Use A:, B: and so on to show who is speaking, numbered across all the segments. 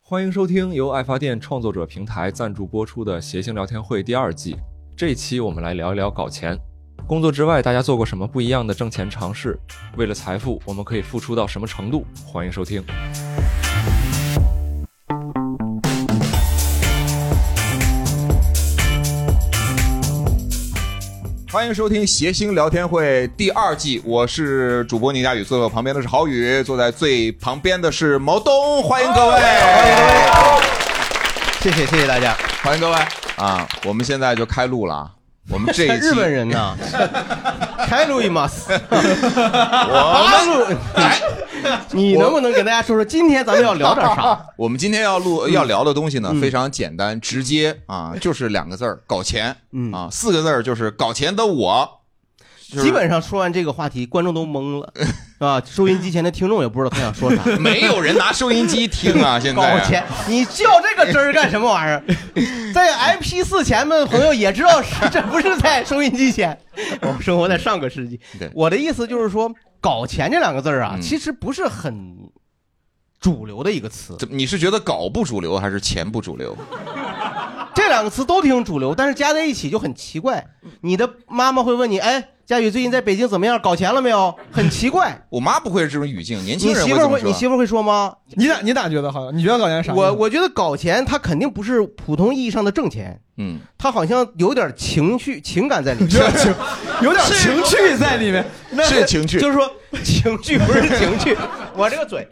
A: 欢迎收听由爱发电创作者平台赞助播出的《谐星聊天会》第二季。这一期我们来聊一聊搞钱。工作之外，大家做过什么不一样的挣钱尝试？为了财富，我们可以付出到什么程度？欢迎收听。
B: 欢迎收听《谐星聊天会》第二季，我是主播宁佳宇，坐在我旁边的是郝宇，坐在最旁边的是毛东，欢迎各位，欢迎各位，
C: 谢谢谢谢大家，
B: 欢迎各位啊！我们现在就开录了啊，我们这一期
C: 日本人呐，开路一马斯，八
B: 我
C: 路， 你能不能给大家说说今天咱们要聊点啥？ 嗯
B: 我们今天要录要聊的东西呢，非常简单直接啊，就是两个字儿搞钱，啊，四个字儿就是搞钱的我，就是
C: 嗯基本上说完这个话题，观众都懵了，啊，收音机前的听众也不知道他想说啥。
B: 没有人拿收音机听 啊，现
C: 搞
B: 在
D: 哎
C: 钱，你较这个真儿干 什么玩 意儿？在 MP 四前面的朋友也知道是，这不是在收音机前，我们生活在上个世纪
B: 对。嗯
C: 我的意思就是说，搞钱这两个字儿啊，其实不是很主流的一个词。
B: 怎么你是觉得搞不主流还是钱不主流？
C: 这两个词都挺主流，但是加在一起就很奇怪。你的妈妈会问你：“哎，佳宇最近在北京怎么样？搞钱了没有？”很奇怪。
B: 我妈不会是这种语境， 年轻
C: 你
B: 人
C: 媳
B: 会
C: 妇儿
B: 这么
C: 会，
B: 说。
C: 你媳妇儿会说吗？
D: 你咋你咋觉得好像？你觉得搞钱啥意思？
C: 我我觉得搞钱，它肯定不是普通意义上的挣钱，
B: 嗯，
C: 它好像有点情绪情感在里面。
D: 有点情，有点情趣在里面。那
B: 是情趣，
C: 就是说 情趣不是 情趣，我这个嘴，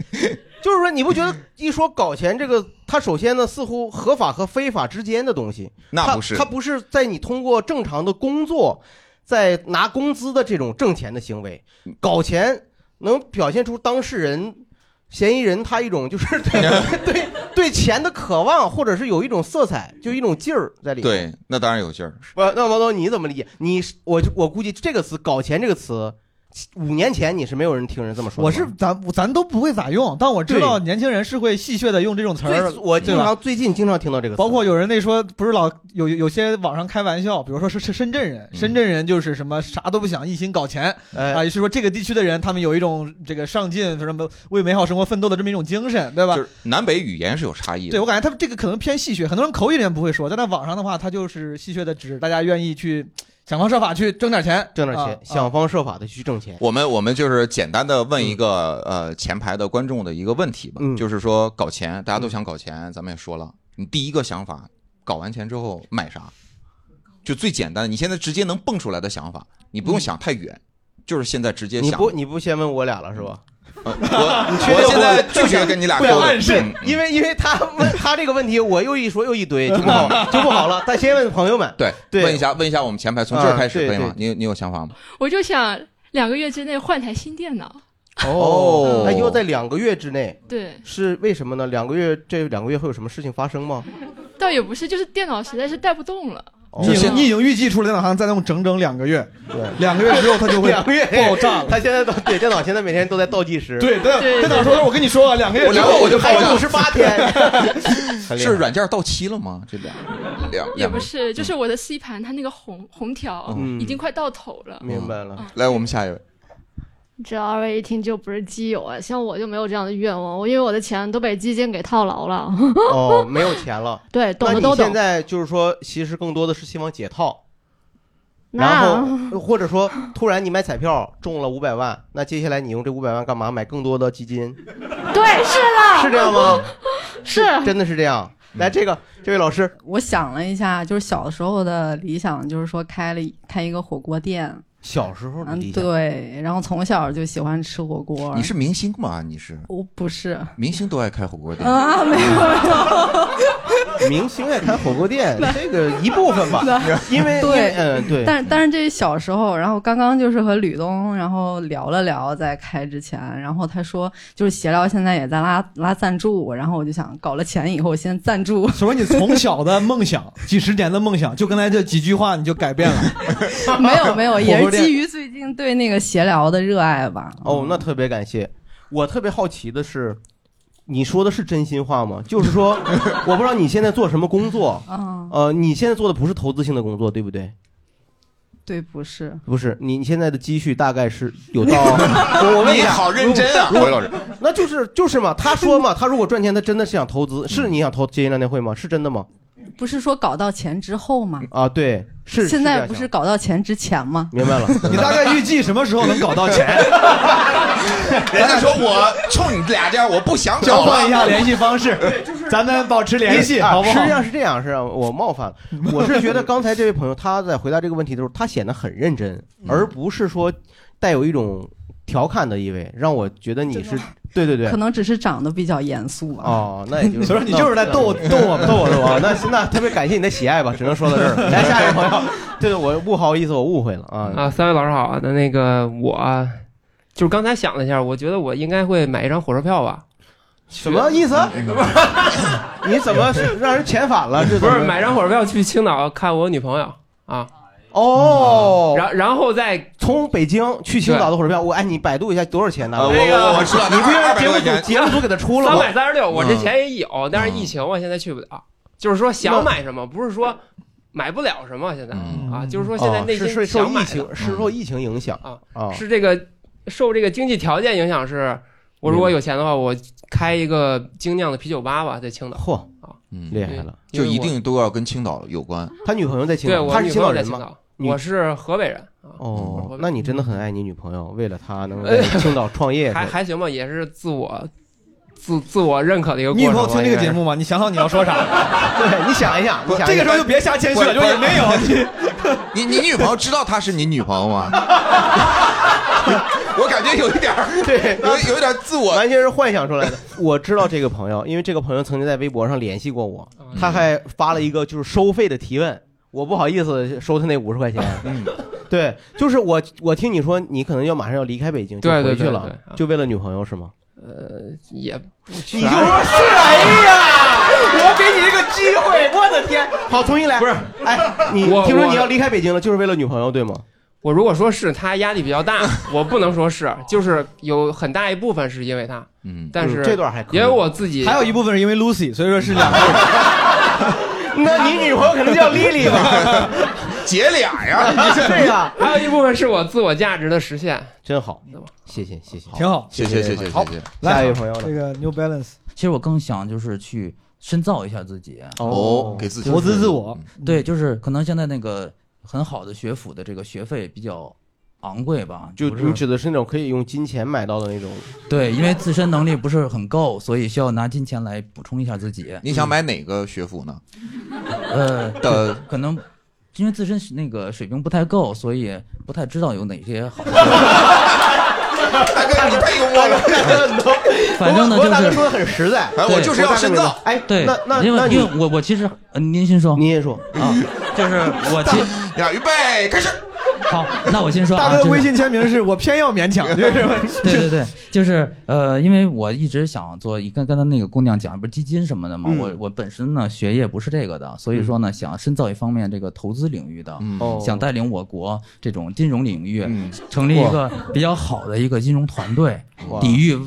C: 就是说你不觉得一说搞钱这个，它首先呢似乎合法和非法之间的东西，
B: 那不是
C: 它它不是在你通过正常的工作，在拿工资的这种挣钱的行为，搞钱能表现出当事人。嫌疑人他一种就是 对对对钱的渴望，或者是有一种色彩，就一种劲儿在里面。
B: 对，那当然有劲儿。
C: 不，那王总你怎么理解？你是我就我估计这个词“搞钱”这个词，五年前你是没有人听人这么说 的。
D: 我是咱咱都不会咋用，但我知道年轻人是会戏谑的用这种词儿
C: 最，我经
D: 对吧？
C: 常最近经常听到这个词，
D: 包括有人那说，不是老有有些网上开玩笑，比如说是是深圳人，
B: 嗯
D: 深圳人就是什么啥都不想，一心搞钱啊，
C: 哎，
D: 也是说这个地区的人，他们有一种这个上进，什么为美好生活奋斗的这么一种精神，对吧
B: 就？是南北语言是有差异的。
D: 对我感觉他们这个可能偏戏谑，很多人口语里面不会说，但在网上的话，他就是戏谑的指大家愿意去想方设法去挣点钱，
C: 挣点钱，
D: 啊
C: 想方设法的去挣钱。
B: 我们我们就是简单的问一个、呃前排的观众的一个问题吧，
C: 嗯
B: 就是说搞钱，大家都想搞钱，咱们也说了，你第一个想法，搞完钱之后买啥？就最简单的，你现在直接能蹦出来的想法，你不用想太远，就是现在直接
C: 嗯你
B: 想。
C: 不你不先问我俩了是吧？
B: 呃 我
C: 确定
B: 我现在
C: 不
B: 拒绝跟你俩
C: 不
B: 沟
C: 想
B: 通
C: 暗示
B: 嗯，
C: 因为因为他问他这个问题，我又一说又一堆，就不好就不好了。咱先问朋友们，
B: 对，
C: 对
B: 问一下问一下我们前排，从这儿
C: 啊
B: 开始
C: 对
B: 可以吗
C: 对？
B: 你你有想法吗？
E: 我就想两个月之内换台新电脑。
B: 哦
C: 那又在两个月之内，
E: 对，
C: 是为什么呢？两个月这两个月会有什么事情发生吗？
E: 倒也不是，就是电脑实在是带不动了。
C: 哦
D: 你已经你已经预计出来了，好像再弄整整两个月，
C: 对
D: 两个月之后他就会
C: 两个月
D: 爆炸了。
C: 他现在都对电脑现在每天都在倒计时，，
D: 对，
E: 对
D: 他他哪说？我跟你说啊， 两个月
B: 我
D: 之
B: 聊
D: 后
B: 我就
C: 还
B: 爆炸
C: 有五。十八天，很厉
B: 是
C: 害
B: 软件到期了吗？这两两
E: 也
B: 两
E: 不
B: 个。
E: 是，就是我的 C 盘它那个红红条
C: 嗯
E: 已经快到头
F: 嗯
E: 了。
C: 明白
G: 嗯
C: 了。
B: 来，我们下一位。
F: 这二位一听就不是基友啊，像我就没有这样的愿望，我因为我的钱都被基金给套牢了。
C: 哦，没有钱了。
F: 对，懂
C: 那
F: 的
C: 你
F: 都懂
C: 现。在就是说，其实更多的是希望解套，然
F: 那
C: 后或者说突然你买彩票中了五百万，那接下来你用这五百万干嘛？买更多的基金，
F: 对，是的，
C: 是这样吗？
F: 是
C: 真的是这样。啊来，这个这位老师，
G: 我想了一下，就是小的时候的理想，就是说开了一开一个火锅店，
C: 小时候的
G: 嗯，
C: 理想，
G: 对，然后从小就喜欢吃火锅。
B: 你是明星吗？你是
G: 我不是
B: 明星都爱开火锅店，
G: 啊，没有没有，
C: 明星爱开火锅店，这个一部 分吧，因为
G: 对
C: 因为嗯对，
G: 但但是这是小时候，然后刚刚就是和吕东，然后聊了聊在开之前，然后他说就是闲聊现在也在拉拉赞助，然后我就想搞了钱以后先赞 助，
D: 所以你从小的梦想，几十年的梦想，就刚才这几句话你就改 变了。
G: 没有没有，也
C: 火锅
G: 是
C: 店
G: 基于最近对那个闲聊的热爱吧。
C: 哦，那特别感谢。我特别好奇的是，你说的是真心话吗？就 是说，我不知道你现在做什么工作，
G: 啊，
C: 呃，你现在做的不是投资性的工作，对不对？
G: 对，不是，
C: 不是，你你现在的积蓄大概是有 到？我我问一
B: 你
C: 下，
B: 好认真啊，
C: 如
B: 回
C: 果
B: 老师。
C: 那就是就是嘛，他说嘛，他如果赚钱，他真的是想投资，是你想投接业联会吗？是真的吗？
G: 不是说搞到钱之后吗？
C: 啊，对，是
G: 现
C: 这
G: 在
C: 样
G: 不是
C: 想
G: 搞到钱之前吗？
C: 明白了，
D: 你大概预计什么时候能搞到钱？
B: 人家说我冲你俩这样，我不想
D: 交
B: 搞
D: 换一
B: 了。
D: 下联系方式，咱们保持联系，
C: 啊
D: 好不
C: 实
D: 好
C: 际？上是这样，是让啊我 冒犯了。我是觉得刚才这位朋友他在回答这个问题的时候，他显得很认真，
D: 嗯
C: 而不是说带有一种调侃的意味，让我觉得你是对对 对
G: 可。能只是长得比较严肃啊吧。
C: 哦，那也就 是
D: 所以说你就是在逗我逗我们
C: 逗我逗我。那那特别感谢你的喜爱吧，只能说到这儿了。来下一位朋友，对，我不好意思，我误会了啊。
H: 啊，三位老师好啊。那那个我啊，就是刚才想了一下，我觉得我应该会买一张火车票吧。
C: 什么意思？
D: 嗯
C: 你怎 么是让人遣返了？这
H: 不
C: 怎
H: 是
C: 么
H: 买张火车票去青岛看我女朋友啊，
C: 哦，
H: 然然后再
C: 从北京去青岛的火车票，我哎，你百度一下多少钱呢？
H: 啊
B: 呃，
H: 哎
B: 我我我知道，
C: 你不
B: 二
C: 让
B: 百
C: 节
B: 多块
C: 目
B: 钱
C: 组，节目组给他出了
H: 三
C: 吗？
H: 百三十六，我这
B: 嗯
H: 钱也有，但是疫情我现在去不了。就是说想买什么，不是说买不了什么，现在
B: 嗯
H: 啊，就是说现在内
C: 哦、是
H: 心
C: 是受
H: 想买
C: 疫
H: 的嗯
C: 情是受疫情影响
H: 啊
C: 啊
H: 是这个受这个经济条件影响是。我如果有钱的话，我开一个精酿的啤酒吧吧，在青岛。啊
C: 嚯，厉
B: 嗯，
C: 害了！
H: 因
B: 就
H: 为
B: 一
H: 我
B: 定都要跟青岛有关。
C: 他女朋友在青
H: 对
C: 岛，
H: 我
C: 他
H: 女
C: 是青
H: 朋友
C: 岛
H: 在
C: 人
H: 青
C: 吗？
H: 岛，
C: 你
H: 我是河北人啊。
C: 哦
H: 嗯，
C: 那你真的很爱你女朋友，为了她 能在青岛创业，
H: 还还行吧，也是自我自自我认可的一个过
D: 你
H: 程
D: 以
H: 吧。
D: 后听这个节
H: 应
D: 目吗？你想想你要说啥？
C: 对你想一想，你想
D: 这
C: 一
D: 个
C: 想
D: 时候就别瞎谦虚了，
B: 不
D: 就是也没有
B: 你
D: 你。
B: 你女朋友知道她是你女朋友吗？我感觉有一点儿，
C: 对
B: 有有一点儿自我。
C: 完全是幻想出来的。我知道这个朋友，因为这个朋友曾经在微博上联系过我，
H: 嗯
C: 他还发了一个就是收费的提问，我不好意思收他那五十块钱。
B: 嗯，
C: 对，就是我我听你说你可能要马上要离开北京，就
H: 对对
C: 回去
H: 对
C: 了，
H: 对啊
C: 就为了女朋友是吗？
H: 该 也
C: 你就说是哎呀，我给你这个机会，我的天！好，重新来。
H: 不是，
C: 哎，你
H: 我
C: 听说
H: 我
C: 你要离开北京了，就是为了女朋友对吗？
H: 我如果说是他压力比较 大，我不能说是，就是有很大一部分是因为他，
B: 嗯，
H: 但是
C: 嗯这段还可以
H: 因为我自己
D: 还有一部分是因为 Lucy，所以说是两个。
C: 那你女朋友可能叫丽丽吧？
B: 姐俩呀，你这
C: 对呀，
H: 还有一部分是我自我价值的实现。
C: 真好，谢谢谢谢。
D: 挺好。
B: 谢谢谢谢谢
C: 好
B: 谢。
D: 来
C: 下一位朋友
D: 这
C: 呢？
D: 个 New Balance
I: 其实我更想就是去深造一下自己，
B: 哦，给自己嗯
D: 投资自我，
I: 对，就是可能现在那个很好的学府的这个学费比较昂贵吧，
C: 就
I: 不
C: 你
I: 是
C: 指的是那种可以用金钱买到的那种
I: 对，因为自身能力不是很够，所以需要拿金钱来补充一下自己。
B: 你想买哪个学府呢？
I: 呃，
B: 的
I: 可能因为自身那个水平不太够，所以不太知道有哪些好。
B: 大
C: 哎
B: 哥，你太幽默了。
I: 反正呢，
C: 我
I: 就
C: 大哥
I: 是
C: 说的很实在，
B: 哎，我就是要深造。
C: 哎，
I: 对
C: 那，那
I: 因
C: 那
I: 为因
C: 你
I: 为我我其实呃您先说，
C: 你也说，
I: 啊，就是我其
B: 呀，预备，开始。
I: 好，那我先说啊。
D: 大
I: 就
D: 哥的
I: 是
D: 微信签名是我偏要勉强，就是
I: 对对对，就是呃，因为我一直想做，一跟刚才那个姑娘讲，不是基金什么的嘛，
C: 嗯
I: 我我本身呢学业不是这个的，所以说呢想深造一方面这个投资领域的，
B: 嗯
C: 哦
I: 想带领我国这种金融领域、
B: 嗯
I: 成立一个比较好的一个金融团队，抵御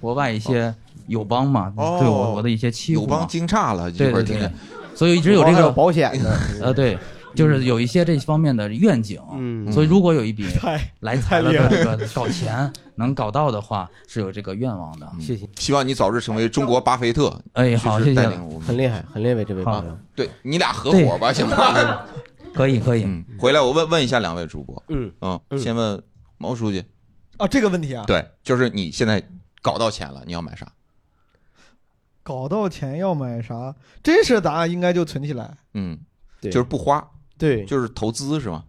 I: 国外一些友邦嘛、
B: 哦
I: 对我国的一些欺
B: 友
I: 负
B: 邦
I: 嘛，
B: 惊诧了，一
I: 对
B: 会儿
I: 对
B: 听
I: 对
B: 见。，
I: 所以一直有这
C: 还
I: 个
C: 保险的，
I: 呃对，就是有一些这方面的愿景，
C: 嗯
I: 所以如果有一笔
D: 太
I: 来财了
D: 太厉害
I: 的这个搞钱能搞到的话，是有这个愿望的。
C: 谢谢，
B: 希望你早日成为中国巴菲特。
I: 哎，好，谢谢
B: 带
I: 了，
B: 领我们。
C: 很厉害， 很厉害，这位朋友，
B: 对你俩合伙吧，行吗？
I: 可以可以。
B: 嗯，回来我问问一下两位主播，
C: 嗯，
B: 嗯，
C: 嗯
B: 先问毛书记，
D: 啊，这个问题啊，
B: 对，就是你现在搞到钱了，你要买啥？
D: 搞到钱要买啥？真实的答案应该就存起来。
B: 嗯，
C: 对
B: 就是不花，
C: 对，
B: 就是投资是吗？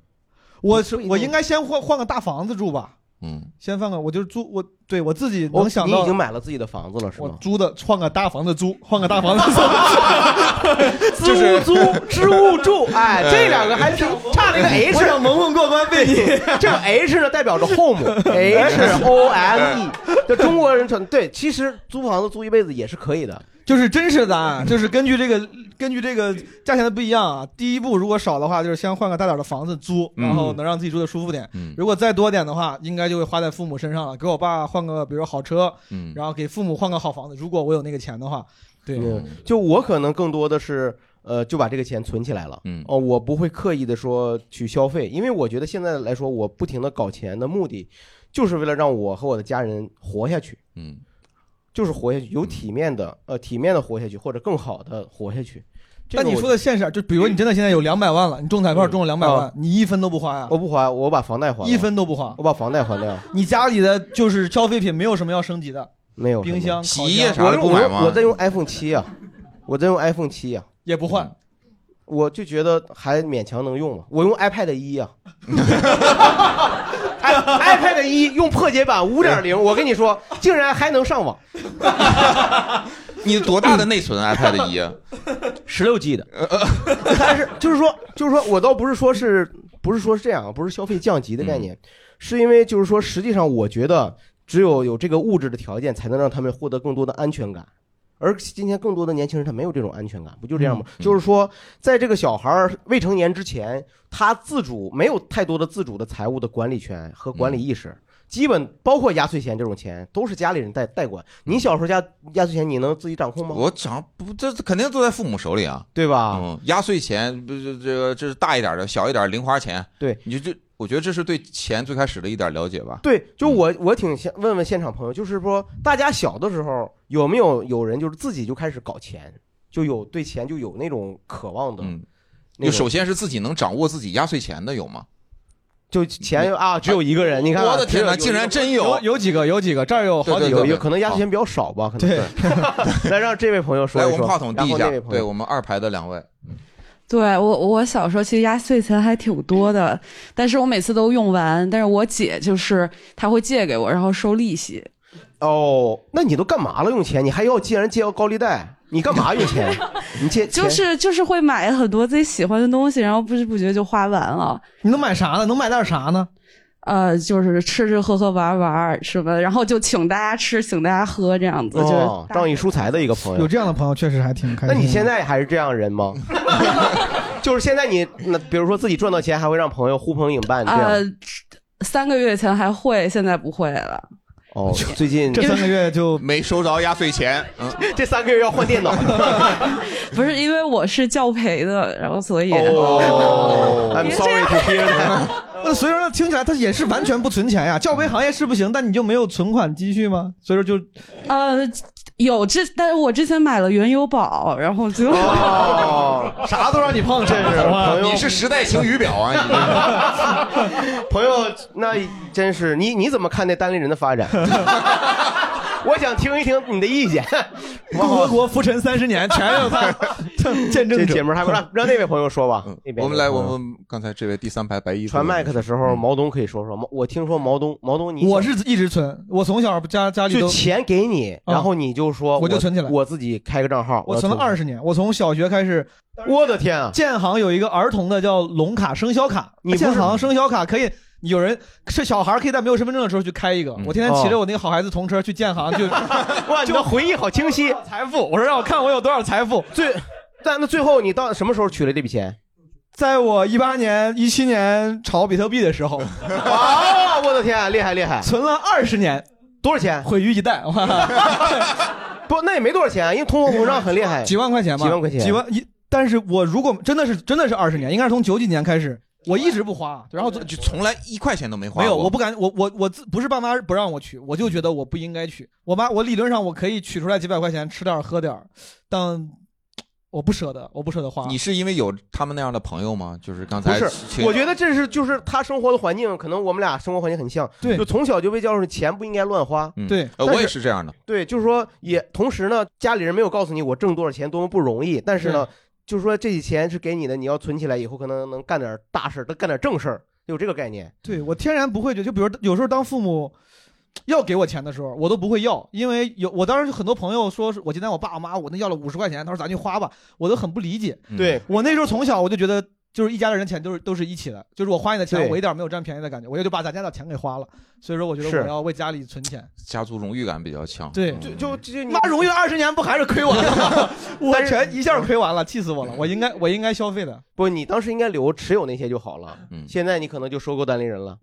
D: 我是我应该先换换个大房子住吧，
B: 嗯，
D: 先换个，我就是租我对我自己
C: 我
D: 能想
C: 哦你已
D: 到
C: 经。买了自己的房子了是
D: 我
C: 吗？
D: 租的换个大房子租，换个大房子租，
C: 支吾租，支吾住，哎，这两个还挺差了一个 H，
D: 我想蒙混过关被你。
C: 这个 H 呢代表着 home，H O M E，就中国人传对，其实租房子租一辈子也是可以的，
D: 就是真实的答案，就是根据这个根据这个价钱的不一样啊。第一步如果少的话，就是先换个大点儿的房子租，
B: 嗯
D: 然后能让自己住的舒服点。
B: 嗯
D: 如果再多点的话，应该就会花在父母身上了。给我爸换个，比如说好车，
B: 嗯，嗯
D: 然后给父母换个好房子。如果我有那个钱的话，对，
C: 嗯就我可能更多的是。呃，就把这个钱存起来了。
B: 嗯
C: 哦，我不会刻意的说去消费，因为我觉得现在来说，我不停的搞钱的目的，就是为了让我和我的家人活下去。
B: 嗯，
C: 就是活下去，有体面的，呃，体面的活下去，或者更好的活下去。这
D: 但
C: 个
D: 你
C: 我
D: 说的现实，就比如你真的现在有两百万了，你中彩票中了两百万
C: 啊，
D: 你一分都不花呀？
C: 我不花，我把房贷还了
D: 一分都不花，
C: 我把房贷还掉，
D: 你家里的就是消费品没有什么要升级的，
C: 没有什么
D: 冰箱、
C: 洗
D: 烤
C: 衣
D: 箱
C: 液啥的不买吗我用我在用 iPhone 七呀，我在用 iPhone 七呀，
D: 也不换。
C: 我就觉得还勉强能用嘛。我用 iPad 一 呀、i iPad 一用破解版五点零，我跟你说，竟然还能上网。
B: 你多大的内存 iPad 一？啊
J: 十六 G 的，
C: 但是就是说，就是说我倒不是说是不是说是这样啊，不是消费降级的概念，
B: 嗯
C: 是因为就是说，实际上我觉得只有有这个物质的条件，才能让他们获得更多的安全感。而今天更多的年轻人他没有这种安全感，不就这样吗？
B: 嗯
C: 就是说，在这个小孩儿未成年之前，他自主没有太多的自主的财务的管理权和管理意识，
B: 嗯
C: 基本包括压岁钱这种钱都是家里人代代管。你小时候压压岁钱你能自己掌控吗？
B: 我讲不，这这肯定都在父母手里啊，
C: 对吧？
B: 嗯，压岁钱不是这个，这是大一点的，小一点零花钱。
C: 对，
B: 你就这，我觉得这是对钱最开始的一点了解吧。
C: 对，就我我挺想问问现场朋友，就是说大家小的时候有没有有人就是自己就开始搞钱，就有对钱就有那种渴望的，
B: 嗯，
C: 那
B: 就
C: 种
B: 首先是自己能掌握自己压岁钱的有吗？
C: 就钱啊，只有一个人，你看啊
B: 我的天哪，
C: 只有
B: 竟然真有！
D: 有几个，有几个，这儿有
B: 对
C: 好
B: 对
C: 几
B: 对
C: 个，
B: 对
C: 有可能压岁钱比较少吧，可能 对。 来让这位朋友说
B: 来，
C: 一
B: 我
C: 说，
B: 们话筒递
C: 然
B: 一
C: 后
B: 下
C: 那位，朋
B: 对
C: 友
B: 我们二排的两位，
K: 对我，我小时候其实压岁钱还挺多的，但是我每次都用完。但是我姐就是她会借给我，然后收利息。
C: 哦，那你都干嘛了？用钱？你还要既然借要高利贷，你干嘛 用钱？你借
K: 就
C: 钱
K: 是就是会买很多自己喜欢的东西，然后不知不觉就花完了。
D: 你能买啥呢？能买点啥呢？
K: 呃，就是吃吃喝喝玩玩什么，然后就请大家吃，请大家喝这样子，
C: 哦，
K: 就是
C: 仗义疏财的一个朋友，
D: 有这样嗯的朋友确实还挺开
C: 那
D: 心。
C: 你现在还是这样人吗？ 就是现在你那，比如说自己赚到钱，还会让朋友呼朋引伴这
K: 呃
C: 样。，
K: 三个月前还会，现在不会了。
C: 哦，最近
K: 这三个
D: 月就
B: 没收着压岁钱，嗯，
C: 这三个月要换电脑。
K: 不是因为我是教培的，然后所以
C: 哦
D: I'm
C: sorry to hear。
D: 那所以说听起来他也是完全不存钱呀，教培行业是不行，但你就没有存款积蓄吗？所以说就
K: 呃，有之，但是我之前买了原油宝，然后就、
C: 哦，啥都让你碰，真是朋友。
B: 你是时代晴雨表啊！你这
C: 朋友，那真是你你怎么看待单立人的发展？ 我想听一听你的意见。
D: 共和国浮沉三十年， 全让他见证者。
C: 这姐们儿还不让让那位朋友说吧？那边
B: 嗯我们来，
C: 有朋友
B: 我们刚才这位第三排白衣服嗯
C: 传麦克的时候，毛东可以说说吗。我听说毛东，毛东你
D: 我是一直存，我从小家家里
C: 就
D: 都
C: 钱给你，
D: 啊
C: 然后你就说
D: 我就存起来
C: 我自己开个账号，
D: 我存了二
C: 十。
D: 十年，我从小学开始。
C: 我的天啊！
D: 建行有一个儿童的叫龙卡生肖卡，
C: 你不是
D: 建行生肖卡可以。有人是小孩，可以在没有身份证的时候去开一
B: 嗯
D: 个。我天天
C: 哦
D: 骑着我那个好孩子童车去建行，就
C: 哇，你的回忆好清晰，
D: 财富。我说让我看我有多少财富。
C: 最，但那最后你到什么时候取了这笔钱？
D: 在我一八年、一七年炒比特币的时 候，
C: 啊！我的天，厉害厉害！
D: 存了二十年，
C: 多少钱？
D: 毁于一旦。
C: 不，那也没多少钱，因为通货膨胀很厉害，
D: 几万块钱吧，
C: 几万块钱，
D: 几万一。但是我如果真的是真的是二十年，应该是从九几年开始，我一直不花，然后就
B: 就从来一块钱都没花过。
D: 没有，我不敢，我我我自不是爸妈不让我取，我就觉得我不应该取。我妈，我理论上我可以取出来几百块钱吃点儿喝点儿，但我不舍得，我不舍得花。
B: 你是因为有他们那样的朋友吗？就是刚
C: 不
B: 才
C: 是，我觉得这是就是他生活的环境，可能我们俩生活环境很像，
D: 对
C: 就从小就被教育钱不应该乱花，
B: 嗯
D: 对
B: 呃
C: 但
B: 我也是这样的。
C: 对，就是说也同时呢，家里人没有告诉你我挣多少钱多么不容易，但是呢，就是说这些钱是给你的，你要存起来以后可能能干点大事儿，干点正事儿，有这个概念。
D: 对我天然不会觉得，就比如有时候当父母要给我钱的时候，我都不会要，因为有我当时很多朋友说，是我今天我爸我妈我那要了五十块钱，他说咱去花吧，我都很不理
B: 嗯
D: 解。
C: 对
D: 我那时候从小我就觉得，就是一家人的钱都是都是一起的，就是我花你的钱，
B: 对
D: 我一点没有占便宜的感觉，我也就把咱家的钱给花了。所以说，我觉
B: 是
D: 得我要为家里存钱。
B: 家族荣誉感比较强。
D: 对，
B: 嗯
C: 就就
D: 妈荣誉二十年不还是亏我的吗？我全一下亏完了，气死我了！我 应该我应该消费的。
C: 嗯不，你当时应该留持有那些就好了。
B: 嗯
C: 现在你可能就收购单立人了，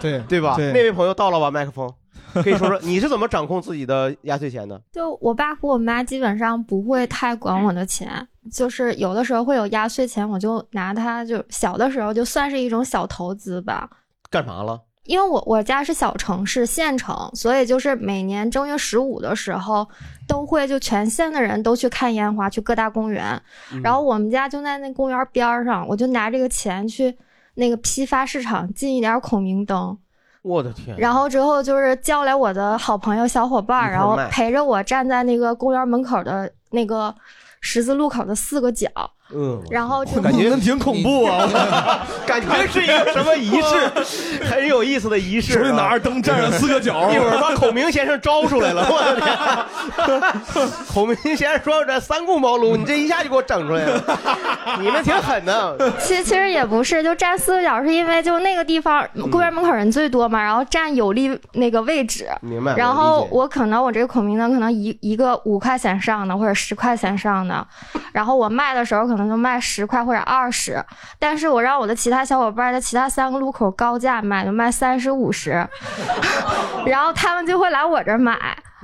D: 对
C: 对吧？
D: 对
C: 那位朋友到了吧，麦克风。可以说说你是怎么掌控自己的压岁钱的？
L: 就我爸和我妈基本上不会太管我的钱，就是有的时候会有压岁钱，我就拿它就小的时候就算是一种小投资吧。
C: 干啥了？
L: 因为我我家是小城市县城，所以就是每年正月十五的时候，都会就全县的人都去看烟花，去各大公园。
M: 嗯
L: 然后我们家就在那公园边儿上，我就拿这个钱去那个批发市场进一点孔明灯，
C: 我的天！
L: 然后之后就是叫来我的好朋友小伙伴儿，
C: 一块儿
L: 然后
C: 卖
L: 陪着我站在那个公园门口的那个十字路口的四个角，
C: 嗯，
L: 然后就
C: 感觉挺恐怖啊，感觉是一个什么仪式， 很有意思的仪式、啊。
N: 手里拿着灯站着四个角
C: 一会儿把孔明先生招出来了。我的天！ 孔明先生说：“这三顾茅庐，你这一下就给我整出来了，你们挺狠的。
L: 其实其实也不是，就站四个角是因为就那个地方
C: 嗯
L: 公园门口人最多嘛，然后占有利那个位置。
C: 明白我
L: 然后
C: 理解
L: 我可能我这个孔明灯可能一一个五块钱上的或者十块钱上 的，然后我卖的时候可能就卖十块或者二十，但是我让我的其他小伙伴在其他三个路口高价卖，就卖三十五 十，然后他们就会来我这儿买。”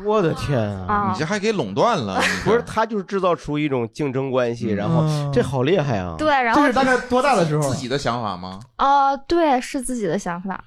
C: 我的天啊
L: 啊！你这
C: 还给垄断 了？不是，他就是制造出一种竞争关系，然后这好厉害啊！
L: 对然后这是大概
C: 多大的时
B: 自己的想法吗？
L: 哦、对，是自己的想法。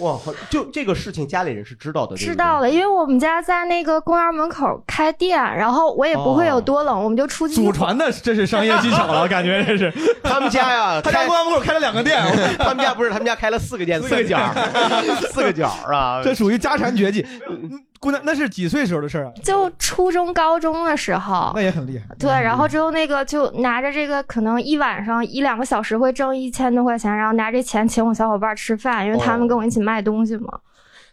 C: 哇，好就这个事情，家里人是知道的，对不对
L: 知道了，因为我们家在那个公园门口开店，然后我也不会
C: 哦
L: 有多冷，我们就出去。
D: 祖传的这是商业技巧 了，我感觉这是
C: 他们家呀，
D: 他家公园门口开了两个 店，
C: 他们家不是，他们家开了四个店，四个角， 四个角 啊，
D: 这属于家产绝技。嗯姑娘，那是几岁时候的事儿啊？
L: 就初中、高中的时候
C: 嗯
D: 那，也很厉害。
L: 对，然后之后那个就拿着这个，可能一晚上一两个小时会挣一千多块钱，然后拿这钱请我小伙伴吃饭，因为
C: 哦
L: 他们跟我一起卖东西嘛。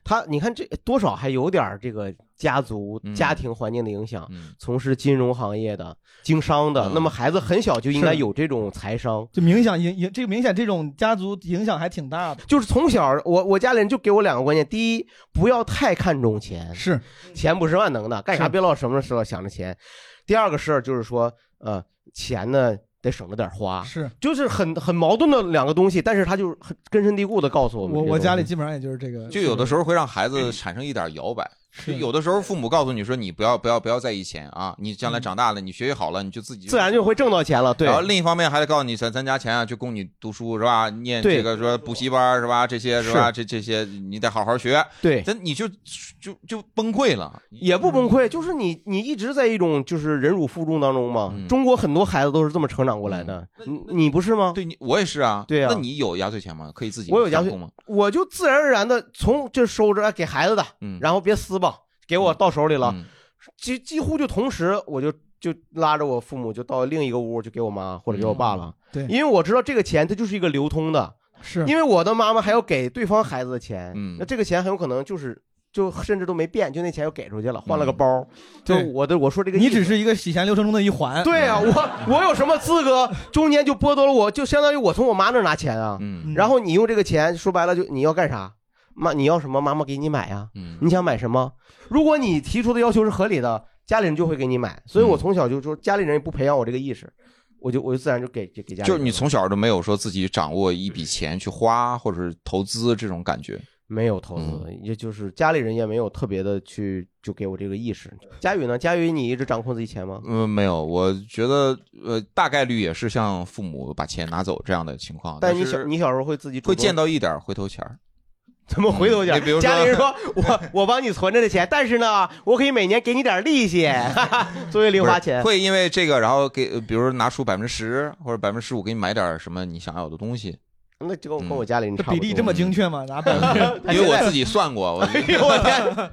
C: 他你看这多少还有点儿这个家族、家庭环境的影响，从事金融行业的、经商的，那么孩子很小就应该
D: 是
C: 有这种财商。
D: 就明显影影，这个明显这种家族影响还挺大的。
C: 就是从小，我我家里人就给我两个观念：第一，不要太看重钱，
D: 是
C: 钱不是万能的，干啥
D: 是
C: 别老什么时候想着钱。第二个事儿就是说，呃，钱呢得省着点花，
D: 是
C: 就是很很矛盾的两个东西，但是他就是很根深蒂固的告诉我们。
D: 我
C: 这个
D: 我家
C: 东
D: 里
C: 西
D: 基本上也就是这个，
B: 就有的时候会让孩子产生一点摇摆。有的时候父母告诉你说你不要不要不要在意钱啊，你将来长大了你学习好了你就自己
C: 自然就会挣到钱了，对
B: 然。后另一方面还得告诉你咱咱家钱啊，就供你读书是吧？念
C: 对
B: 这个说补习班儿是吧？这些是吧？这
C: 是
B: 这些你得好好学。
C: 对
B: 咱你就就就崩溃了。
C: 也不崩溃，就是你你一直在一种就是忍辱负重当中嘛。
B: 嗯
C: 中国很多孩子都是这么成长过来的，你你不是吗？
B: 对你我也是啊。
C: 对啊
B: 那你有压岁钱吗？可以自己
C: 我有压
B: 掌
C: 岁
B: 控吗？，
C: 我就自然而然的从这收着哎给孩子的，
B: 嗯
C: 然后别撕吧，给我到手里了，几几乎就同时我就就拉着我父母就到另一个屋就给我妈或者
B: 嗯
C: 给我爸了，
D: 对
C: 因为我知道这个钱它就是一个流通的，
D: 是
C: 因为我的妈妈还要给对方孩子的钱，
B: 嗯
C: 那这个钱很有可能就是。就甚至都没变，就那钱又给出去了，
B: 嗯
C: 换了个包。就
D: 嗯对
C: 我的我说这个意思，
D: 你只是一个洗钱流程中的一
B: 哎
D: 环。嗯
C: 对啊，
B: 嗯
C: 我我有什么资格？中间就剥夺了我，就相当于我从我妈那儿拿钱啊。
B: 嗯
C: 然后你用这个钱，说白了就你要干啥？妈，你要什么？妈妈给你买呀、
B: 嗯
C: 你想买什么？如果你提出的要求是合理的，家里人就会给你买。所以我从小就说，家里人也不培养我这个意识，我就我就自然就给给给家里人。
B: 就是你从小都没有说自己掌握一笔钱去花或者是投资这种感觉。
C: 没有投资，
B: 嗯
C: 也就是家里人也没有特别的去就给我这个意识。佳宇呢？佳宇，你一直掌控自己钱吗？
B: 嗯，没有，我觉得呃，大概率也是像父母把钱拿走这样的情况。
C: 但你
B: 是
C: 小你小时候会自己主
B: 会
C: 动
B: 见到一点回头钱儿，
C: 怎么回头
B: 嗯
C: 钱？
B: 你比如说
C: 家里人说我 我帮你存着的钱，但是呢，我可以每年给你点利息， 哈哈，作为零花钱。
B: 会因为这个，然后给，呃比如说拿出百分之十或者百分之十五给你买点什么你想要的东西。
C: 那这个跟我家里人
D: 这
B: 差
D: 比
B: 不多
D: 例这么精确 吗？拿百分
C: 呃
D: 之
B: 因为我自己算过，我
C: 哎呦我天！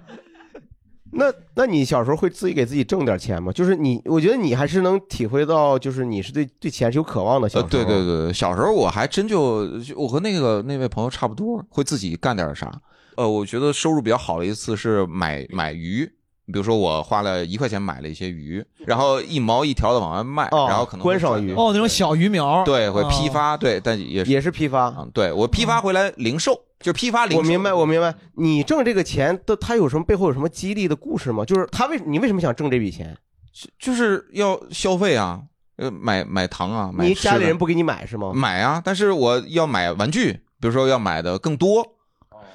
C: 那那你小时候会自己给自己挣点钱吗？就是你，我觉得你还是能体会到，就是你是对对钱是有渴望的。小时
B: 呃，
C: 候
B: 对对对，对小时候我还真就就我和那个那位朋友差不多，会自己干点啥。呃，我觉得收入比较好的一次是买买鱼，比如说我花了一块钱买了一些鱼，然后一毛一条的往外卖，然后可能会
C: 观赏
B: 赚
C: 鱼
B: 到
D: 哦，那种小鱼苗，
B: 对，会批
D: 哦。
B: 发，对，但也
C: 也是批发。
B: 嗯，对我批发回来零售，就批发零售。
C: 我明白，我明白。你挣这个钱的，它有什么背后有什么激励的故事吗？就是他为你为什么想挣这笔钱？
B: 就是要消费啊，呃，买买糖啊，买
C: 你
B: 吃的
C: 家里人不给你买是吗？
B: 买啊，但是我要买玩具，比如说要买的更多。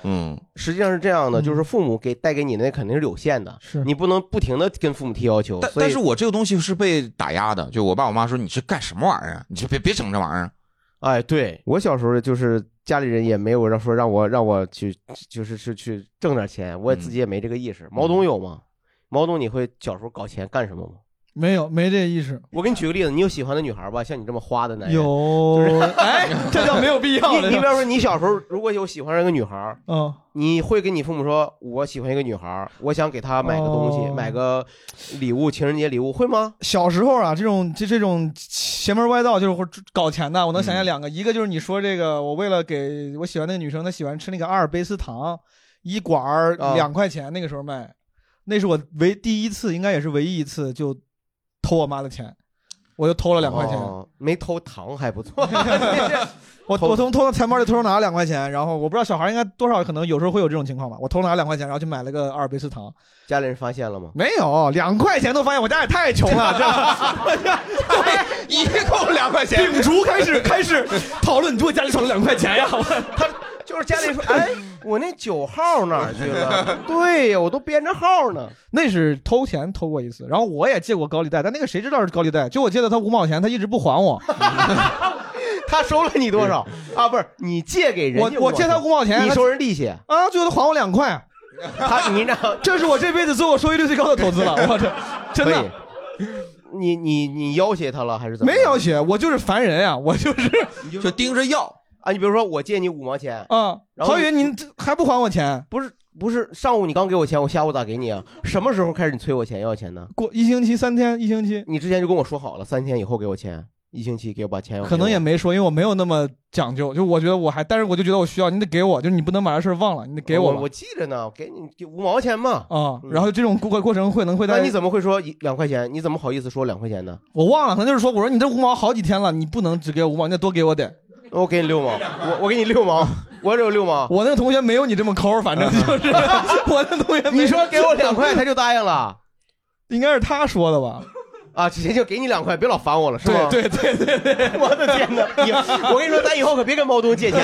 B: 嗯，
C: 实际上是这样的，就是父母给带给你的那肯定是有限的，
D: 是
C: 你不能不停的跟父母提要求。
B: 但
C: 所以
B: 但是我这个东西是被打压的，就我爸我妈说你是干什么玩意儿啊？你就别别整这玩意儿。
C: 哎，对我小时候就是家里人也没有让说让我让我去，就是是去挣点钱，我也自己也没这个意识。毛东有吗？毛东，你会小时候搞钱干什么吗？
D: 没有没这意识。
C: 我给你举个例子，你有喜欢的女孩吧？像你这么花的男人
D: 有， 哎，这叫没有必要了
C: 你你比 方说，你小时候如果有喜欢上一个女孩，
D: 嗯，
C: 你会跟你父母说，我喜欢一个女孩，我想给她买个东西，
D: 哦
C: 买个礼物，情人节礼物，会吗？
D: 小时候啊，这种这这种邪门歪道就是或者搞钱的，我能想
C: 嗯
D: 起来两个，一个就是你说这个，我为了给我喜欢那个女生，她喜欢吃那个阿尔卑斯糖，一管儿
C: 啊
D: 两块钱，那个时候卖，那是我唯第一次，应该也是唯一一次就偷我妈的钱，我就偷了两块钱，
C: 哦没偷糖还 不错。
D: 我
C: 偷
D: 我从偷到钱包里偷偷拿了两块钱，然后我不知道小孩应该多少可能有时候会有这种情况吧，我偷拿两块钱，然后去买了个阿尔卑斯糖，
C: 家里人发现了吗？
D: 没有，两块钱都发现我家也太穷了，这
B: 一共两块钱，
N: 秉烛开始开始讨论，你给我家里少了两块钱呀！
C: 他就是家里说， 哎，我那九号哪儿去了？对呀，我都编着号呢。
D: 那是偷钱偷过一次，然后我也借过高利贷，但那个谁知道是高利贷？就我借了他五毛钱，他一直不还我。
C: 他收了你多少啊？不是你借给人
D: 我
C: 家，
D: 我借他五毛钱，
C: 你收人利息
D: 啊？最后他还我两块。
C: 他你让
D: 这是我这辈子做过收益率最高的投资了，我这真的。
C: 你你你要挟他了还是怎么？
D: 没要挟，我就是凡人呀、 我就是
B: 就盯着要
C: 啊。你比如说，我借你五毛钱
D: 啊，
C: 然后啊
D: 郝宇，您这还不还我钱？
C: 不是不是，上午你刚给我钱，我下午咋给你啊？什么时候开始你催我钱要钱呢？
D: 过一星期、三天、一星期，
C: 你之前就跟我说好了，三天以后给我钱，一星期给我把钱要给我。
D: 可能也没说，因为我没有那么讲究。就我觉得我还，但是我就觉得我需要，你得给我，就是你不能把这事儿忘了，你得给
C: 我
D: 吧
C: 我记着呢，我给你给五毛钱嘛。
D: 啊、然后这种过过程会能会带
C: 那你怎么会说一两块钱？你怎么好意思说两块钱呢？
D: 我忘了，他就是说，我说你这五毛好几天了，你不能只给我五毛，你得多给我点。
C: 我给你六毛，我我给你六毛， 我只有六 毛。
D: 我那个同学没有你这么抠，反正就是 我那同学。
C: 你说给我两块，他就答应了，
D: 应该是他说的吧？
C: 啊，行行，给你两块，别老烦我了，是吗？
D: 对对对对对，
C: 我的天哪！以后我跟你说，咱以后可别跟毛东借钱，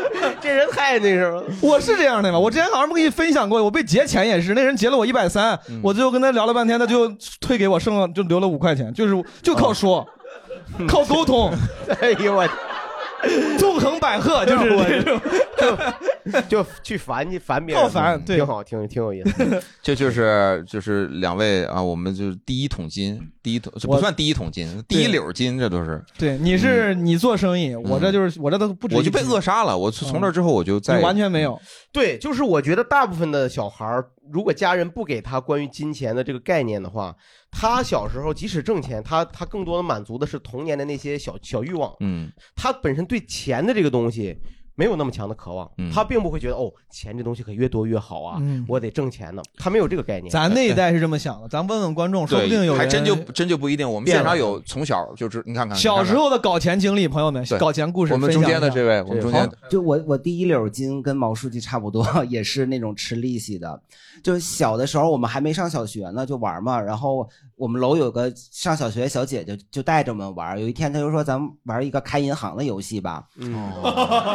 C: 这人太那什么。
D: 我是这样的嘛，我之前好像不跟你分享过，我被劫钱也是，那人劫了我一百三，
B: 嗯
D: 我最后跟他聊了半天，他就退给我，剩了就留了五块钱，就是就靠
B: 哦
D: 说， 靠沟 通，
C: 哎呦我，
D: 纵横捭阖 就是 这种，
C: 就就去烦你烦别人，
D: 靠烦对
C: 挺好，挺挺有意思。
B: 这就是就是两位啊，我们就是第一桶金，第一桶这不
D: 我
B: 算第一桶金，第一绺金，这都是。
D: 对，你是你做生意，我这就是我这都不值
B: 嗯
D: 一
B: 我
D: 提，
B: 就被扼杀了，我从那之后我就再也嗯
D: 全没有。
C: 对，就是我觉得大部分的小孩儿，如果家人不给他关于金钱的这个概念的话，他小时候即使挣钱，他他更多的满足的是童年的那些小小欲望。
B: 嗯，
C: 他本身对钱的这个东西没有那么强的渴望，
B: 嗯
C: 他并不会觉得哦，钱这东西可越多越好啊，
D: 嗯
C: 我得挣钱呢，他没有这个概念。
D: 咱那 一代是这么想的，咱问问观众，说不定有
B: 对，
D: 人
B: 还真就真就不一定。我们
D: 变
B: 现场
D: 了
B: 有从小就是你看看
D: 小时
B: 候
D: 候的搞钱经历，朋友们，搞钱故事分享一下。
M: 好就我我第一绺金跟毛书记差不多，也是那种吃利息的。就小的时候我们还没上小学呢，就玩嘛。然后我们楼有个上小学小姐姐就带着我们玩。有一天她就说：“咱们玩一个开银行的游戏吧。”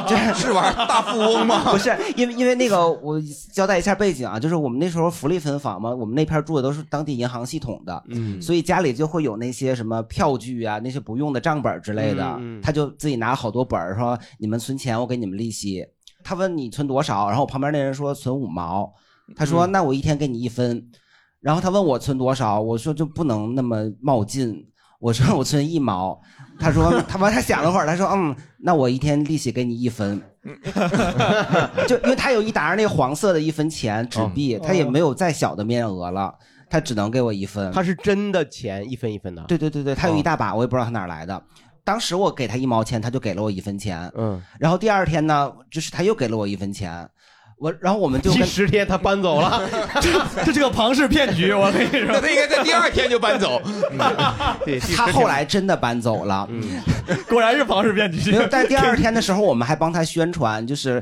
B: 这是玩大富翁吗？
M: 不是，因为因为那个我交代一下背景啊，就是我们那时候福利分房嘛，我们那片儿住的都是当地银行系统的，
C: 嗯
M: 所以家里就会有那些什么票据啊，那些不用的账本儿之类的，
C: 嗯嗯
M: 他就自己拿好多本儿说你们存钱，我给你们利息。他问你存多少，然后我旁边那人说存五毛，他说、
C: 嗯
M: 那我一天给你一分，然后他问我存多少，我说就不能那么冒进，我说我存一毛，他说他妈他想了会儿，他说嗯，那我一天利息给你一分。 就因为他有一沓那黄色的一分钱纸
C: 哦
M: 币，他也没有再小的面额了，他只能给我一分。
C: 哦他是真的钱一分一分的，哦
M: 对对对对，他有一大把，我也不知道他哪儿来的。当时我给他一毛钱，他就给了我一分钱。
C: 嗯，
M: 然后第二天呢，就是他又给了我一分钱，我然后我们就
C: 第十天他搬 走了，
D: 这这是个庞氏骗局，我跟你说。
B: 那他应该在第二天就搬 走。嗯
C: 对，
M: 他后来真的搬走了，
D: 嗯果然是庞氏骗局。
M: 没有，但第二天的时候，我们还帮他宣传， 就是。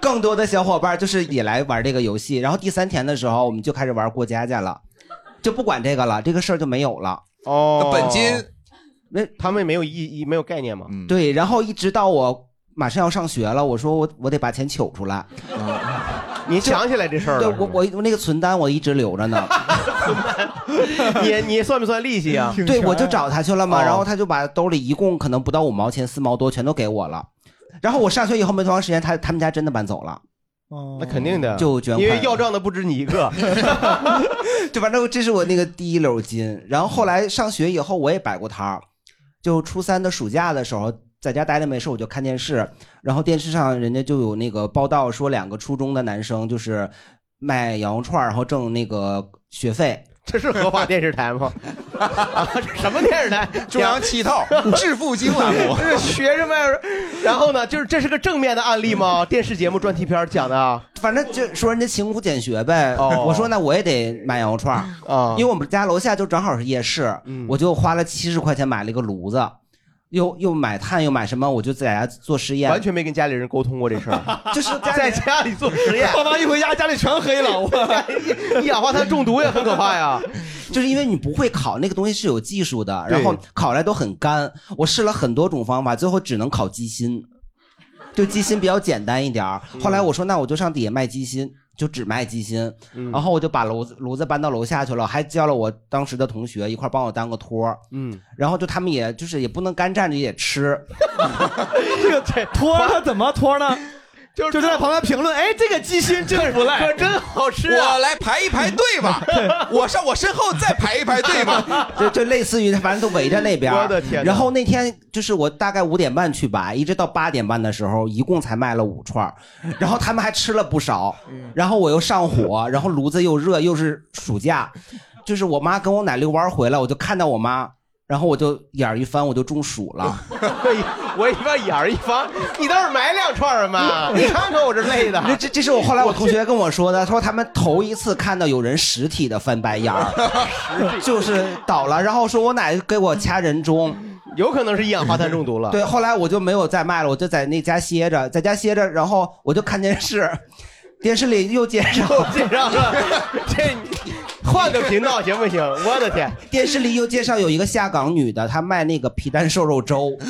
M: 更多的小伙伴就是也来玩这个游戏，然后第三天的时候，我们就开始玩过家家了，就不管这个了，这个事儿就没有了。
C: 哦
B: 本金，嗯
M: 那
C: 他们没有意义，没有概念嘛？
M: 对，然后一直到我马上要上学了，我说我我得把钱取出来。
B: 嗯
C: 你想起来这事儿了
M: 对我我我那个存单我一直留着呢。
C: 你你算不算利息啊？
M: 对，我就找他去了嘛，
C: 哦
M: 然后他就把兜里一共可能不到五毛钱、四毛多全都给我了。然后我上学以后没多长时间，他他们家真的搬走了。
C: 那肯定的，
M: 就捐款
C: 因为要账的不止你一 个。
M: 就反正这是我那个第一篓金。然后后来上学以后，我也摆过摊儿。就初三的暑假的时候，在家待着没事，我就看电视。然后电视上人家就有那个报道说，两个初中的男生就是卖羊肉串儿，然后挣那个学费。
C: 这是合法电视台 吗？啊，这什么电视台？
B: 中央七套致富 经栏目
C: 这是学生们。然后呢，就是这是个正面的案 例吗？电视节目专题片讲的啊，
M: 反正就说人家勤苦俭学呗。
C: 哦
M: 我说那我也得买羊肉串儿
C: 啊
M: 因为我们家楼下就正好是夜市，
C: 嗯
M: 我就花了七十块钱买了一个炉子，又又买炭又买什么，我就在家做实验，
C: 完全没跟家里人沟通过这事儿，
M: 就是
C: 在家里做实验。
M: 爸妈一回家家里全黑 了
C: 一氧化碳中毒也很可 怕呀。
M: 就是因为你不会烤那个东西是有技术的，然后
C: 对
M: 烤来都很干。我试了很多种方法，最后只能烤鸡心，就鸡心比较简单一点儿。
C: 嗯
M: 后来我说那我就上底下卖鸡心，就只卖鸡心。
C: 嗯
D: 嗯
M: 然后我就把炉子炉子搬到楼下去了，还叫了我当时的同学一块儿帮我当个托儿。
C: 嗯，
M: 然后就他们也就是也不能干站着也吃，
D: 这个托儿他怎么托儿呢？
C: 就是
D: 就在旁边评论，哎，这个鸡心真啊不赖，
C: 可真好吃
B: 我来哎排一排队吧，我上我身后再排一排队吧。
M: 就就类似于，反正都围着那边儿。
B: 我的天哪
M: 然后那天就是我大概五点半去吧，一直到八点半的时候，一共才卖了五串儿，然后他们还吃了不少。
B: 嗯
M: 然后我又上火， 然后炉子又热，又是暑假，就是我妈跟我奶遛弯儿回来，我就看到我妈，然后我就眼儿一翻，我就中暑了。
C: 我一般眼儿一翻，你倒是买两串儿嘛！你看看我这累的。
M: 这这这是我后来我同学跟我说的，他说他们头一次看到有人实体的翻白眼儿， 就是倒了，然后说我奶给我掐人中。
C: 嗯有可能是一氧化碳中毒了
M: 对，后来我就没有再卖了，我就在那家歇着，在家歇着，然后我就看电视，电视里又介绍
C: 介绍了，这你换个频道行不行？我的天，
M: 电视里又介绍有一个下岗女的，她卖那个皮蛋瘦肉粥。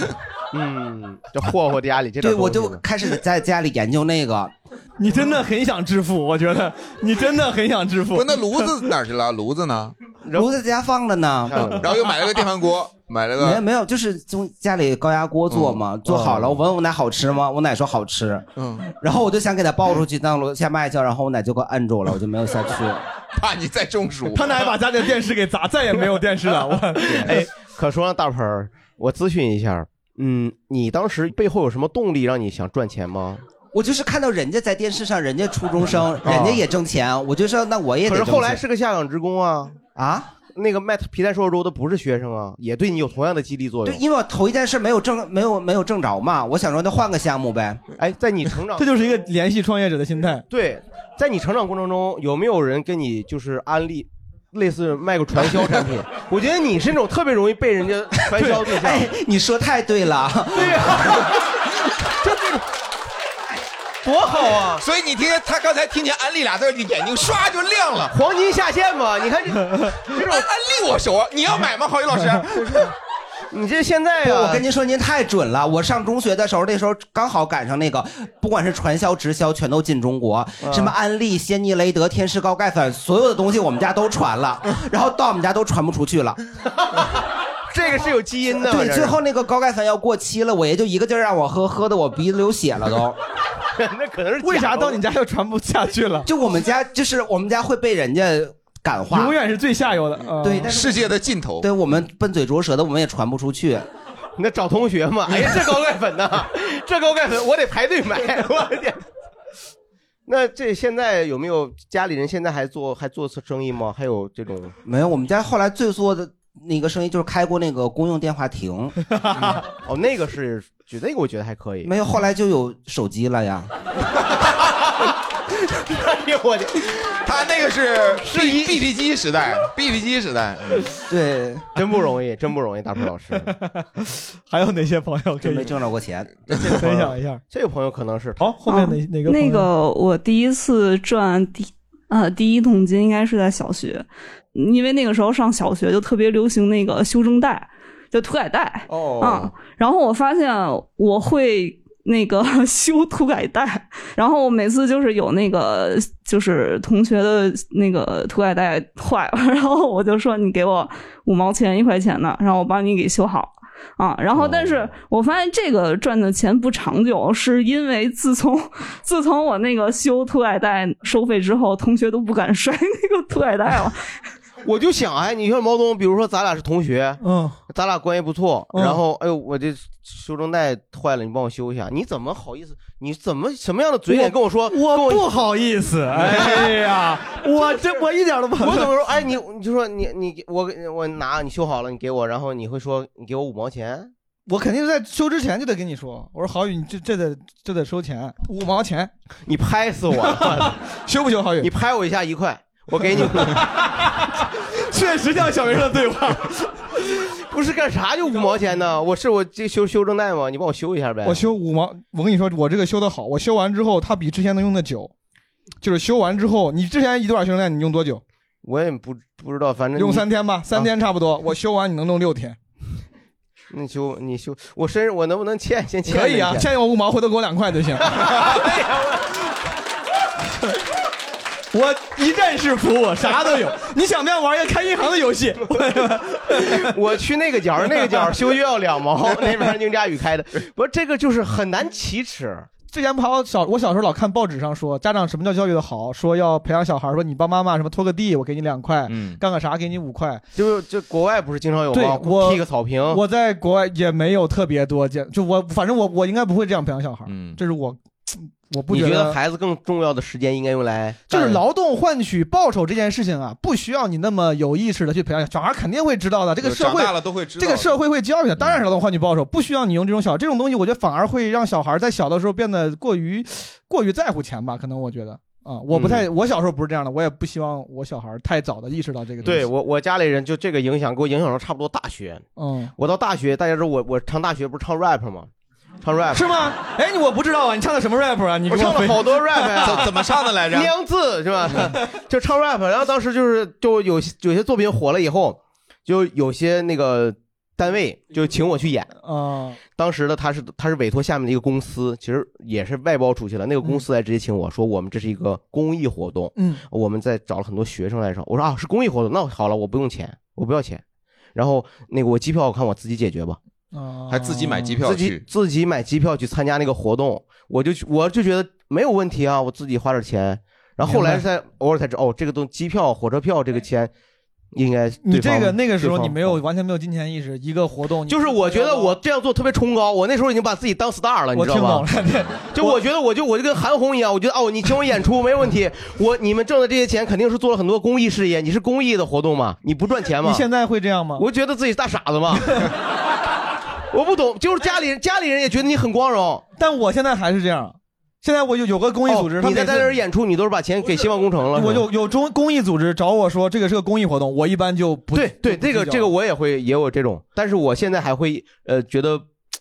C: 嗯，这霍霍家里这点
M: 对，我
C: 东
M: 就
C: 西呢
M: 开始在家里研究那个。
D: 你真的很想致富，我觉得你 真的很想致富。
B: 不，那炉子哪儿去了？炉子呢？
M: 炉子在家放着呢，
B: 然后又买了个电饭锅，买了
M: 没有
B: 个
M: 没有，就是从家里高压锅做嘛，
C: 嗯
M: 做好了，我问我奶好吃吗？我奶说好吃，
B: 嗯，
M: 然后我就想给她抱出去到楼下卖去，然后我奶就给我按住了，我就没有 下去。
B: 怕你再中暑。
D: 他奶把家里的电视给砸，再也没有电视 了。我
C: 哎，可说上大盆儿，我咨询一下，嗯，你当时背后有什么动力让你想赚钱吗？
M: 我就是看到人家在电视上，人家初中生，人家也挣钱，啊我就说那我也得
C: 嗯可是
M: 挣钱。
C: 后来是个下岗职工啊
M: 啊，
C: 那个卖皮蛋瘦肉粥的不是学生啊，也对你有同样的激励作
M: 对，
C: 用。
M: 因为我头一件事没有挣，没有没有挣着嘛，我想说那换个项目呗。
C: 哎，在你 成长
D: 这就是一个联系创业者的心态。
C: 对，在你成长过程中，有没有人跟你就是安利，类似卖过传 销产品？我觉得你是那种特别容易被人家传销对象。
M: 哎，你说太对了。
C: 对呀、多好啊！
B: 所以你听他刚才听见安利俩字儿，你眼睛唰就亮了。
C: 黄金下线嘛，你看这这 种
B: 安安利我手啊，你要买吗，郝宇老师？
C: 你这现在啊
M: 呀、我跟您说，您太准了。我上中学的时候，那时候刚好赶上那个，不管是传销、直销，全都进中国，
C: 嗯
M: 什么安利、仙妮、雷德、天师、高钙粉，所有的东西我们家都传了，
C: 嗯
M: 然后到我们家都传不出去了。
C: 这个是有基因的嘛。
M: 对，
C: 这是
M: 最 后那个高钙粉要过期了，我爷就一个劲儿让我喝，喝的我鼻子流血了都。
C: 那可能是
D: 为啥到你家又传不下去了？
M: 就我们家，就是我们家会被人家感化，
D: 永远是最下游的。嗯
M: 对，但是
B: 世界的尽头。
M: 对我们笨嘴拙舌的，我们也传不出去。
C: 你那找同学嘛？哎呀，这高钙粉呐，这高钙粉我得排队买， 我的天！那这现在有没有家里人现在还做还做生意吗？还有这种
M: 没有，我们家后来最做的那个生意就是开过那个公用电话亭，
C: 哦，那个是，就那个我觉得还可以。
M: 没有，后来就有手机了呀。
C: 哎呦我的，
B: 他那个是 B B B 机时代，B B 机时代。
C: 嗯
M: 对，
C: 真不容易，真不容易，大鹏老师。
D: 还有哪些朋友可
M: 真
D: 以
M: 没挣着过钱？
D: 分享一下？
C: 这个朋友可能是
D: 好，后面哪哪个朋友？
O: 哦
M: 哦
O: 那个我第一次赚第呃第一桶金应该是在小学，因为那个时候上小学就特别流行那个修正带，就涂改带。
C: 哦
O: 啊，然后我发现我会那个 修涂改带， 然后每次就是有那个就是同学的那个涂改带坏了， 然后我就说你给我五毛钱一块钱的，然后我帮你给修好。啊，然后但是我发现这个赚的钱不长久，是因为自从 自从我那个修涂改带收费之后，同学都不敢摔那个涂改带了。
C: 我就想，哎，你像毛东，比如说咱俩是同学，
D: 嗯，
C: 咱俩关系不错，
D: 嗯
C: 然后，哎呦，我这修正带坏了，你帮我修一下，你怎么好意思？你怎么什么样的嘴脸跟我说？我
D: 不好意思，哎 呀，我这我一点都不好意
C: 我
D: 思
C: 怎 么说？哎，你你就说你你给我给我拿你修好了，你给我，然后你会说你给我五毛钱，
D: 我肯定在修之前就得跟你说，我说郝宇，你这这得这得收钱，五毛钱，
C: 你拍死我 了，
D: 修不修郝宇？
C: 你拍我一下一块，我给 你。 确实像小学生对话， 不是干啥就五毛钱呢？我是我这修修正带吗？你帮我修一下呗。
D: 我修五毛，我跟你说，我这个修的好，我修完之后它比之前能用的久，就是修完之后，你之前一多少修正带你用多久？
C: 我也不不知道，反正
D: 用
C: 你
D: 三天吧，三天差不多。我修完你能用六天，
C: 你修你修，我身上我能不能欠先欠
D: 可以啊，
C: 你 一
D: 欠
C: 下
D: 我五毛，回头给我两块就 行。我一站式服务，啥 都有。你想不想玩一个开银行的游戏？
C: 我去那个角儿，那个角儿修就要两 毛，那边宁佳宇开的，不是这个就是很难启齿。
D: 之前跑我小我小时候老看报纸上说家长什么叫教育的好，说要培养小孩，说你帮妈妈什么拖个地，我给你两块，干个啥给你五块，
C: 就就国外不是经常有
D: 对
C: 吗？
D: 我
C: 踢个草坪，
D: 我在国外也没有特别多见，就我反正我我应该不会这样培养小孩，这是我我不
C: 你
D: 觉
C: 觉
D: 得
C: 得孩子更重要的时间应该用来
D: 就是劳动换取报酬这件事情啊，不需要你那么有意识的去培养，小孩肯定会知道的。这个社
B: 长
D: 会
B: 大了都会知道
D: 这
B: 的
D: 个社会会教育的，当然是劳动换取报酬，不需要你用这种小这种东西，我觉得反而会让小孩在小的时候变得过于过于在乎钱吧，可能我觉得。啊、我不太，我小时候不是这样的，我也不希望我小孩太早的意识到这个东西。
C: 对我，我家里人就这个影响，给我影响到差不多大学。
D: 嗯，
C: 我到大学，大家知道我我上大学不是唱 rap 吗？唱 rap
D: 是吗？哎，你我不知道啊，你唱的什么 rap 啊？你给
C: 我唱
D: 分
C: 了 好多 rap 呀、
D: 怎怎么唱的来 着
C: 娘字是吧？就唱 rap，然后当时就是就有有些作品火了以后，就有些那个单位就请我去演。
D: 啊、
C: 当时的他是他是委托下面的一个公司，其实也是外包出去了。那个公司来直接请我说，我们这是一个公益活动，
D: 嗯
C: 我们在找了很多学生来上。我说啊，是公益活动，那好了，我不用钱，我不要钱。然后那个我机票我看我自己解决吧，
D: 哦
B: 还自己买机票
C: 自己
B: 去，
C: 自己买机票去参加那个活动，我就去我就觉得没有问题啊，我自己花点钱。然后后来
D: 明白
C: 才偶尔才知道，哦，这个东机票、火车票这个钱应该
D: 你
C: 对
D: 这
C: 方
D: 个那个时候
C: 对方
D: 你没有完全没有金钱意识，一个活动你
C: 就是我觉得我这样做特别崇高，我那时候已经把自己当 star 了，你
D: 我
C: 知道
D: 听
C: 吗
D: 懂？了，
C: 就我觉得我就我就跟韩红一样，我觉得哦，你请我演出没问题，我你们挣的这些钱肯定是做了很多公益事业，你是公益的活动嘛，你不赚钱吗？
D: 你现在会这样吗？
C: 我觉得自己是大傻子嘛， 我不懂，就是家里人家里人也觉得你很光荣，
D: 但我现在还是这样。现在我有有个公益组织，
C: 哦
D: 他
C: 你在
D: 每次
C: 在这儿演出，你都是把钱给希望工程
D: 我
C: 了，是吧
D: 有有中公益组织找我说这个是个公益活动，我一般就不
C: 对对，
D: 就不
C: 这个
D: 计较
C: 这个我也会也有这种，但是我现在还会呃觉得。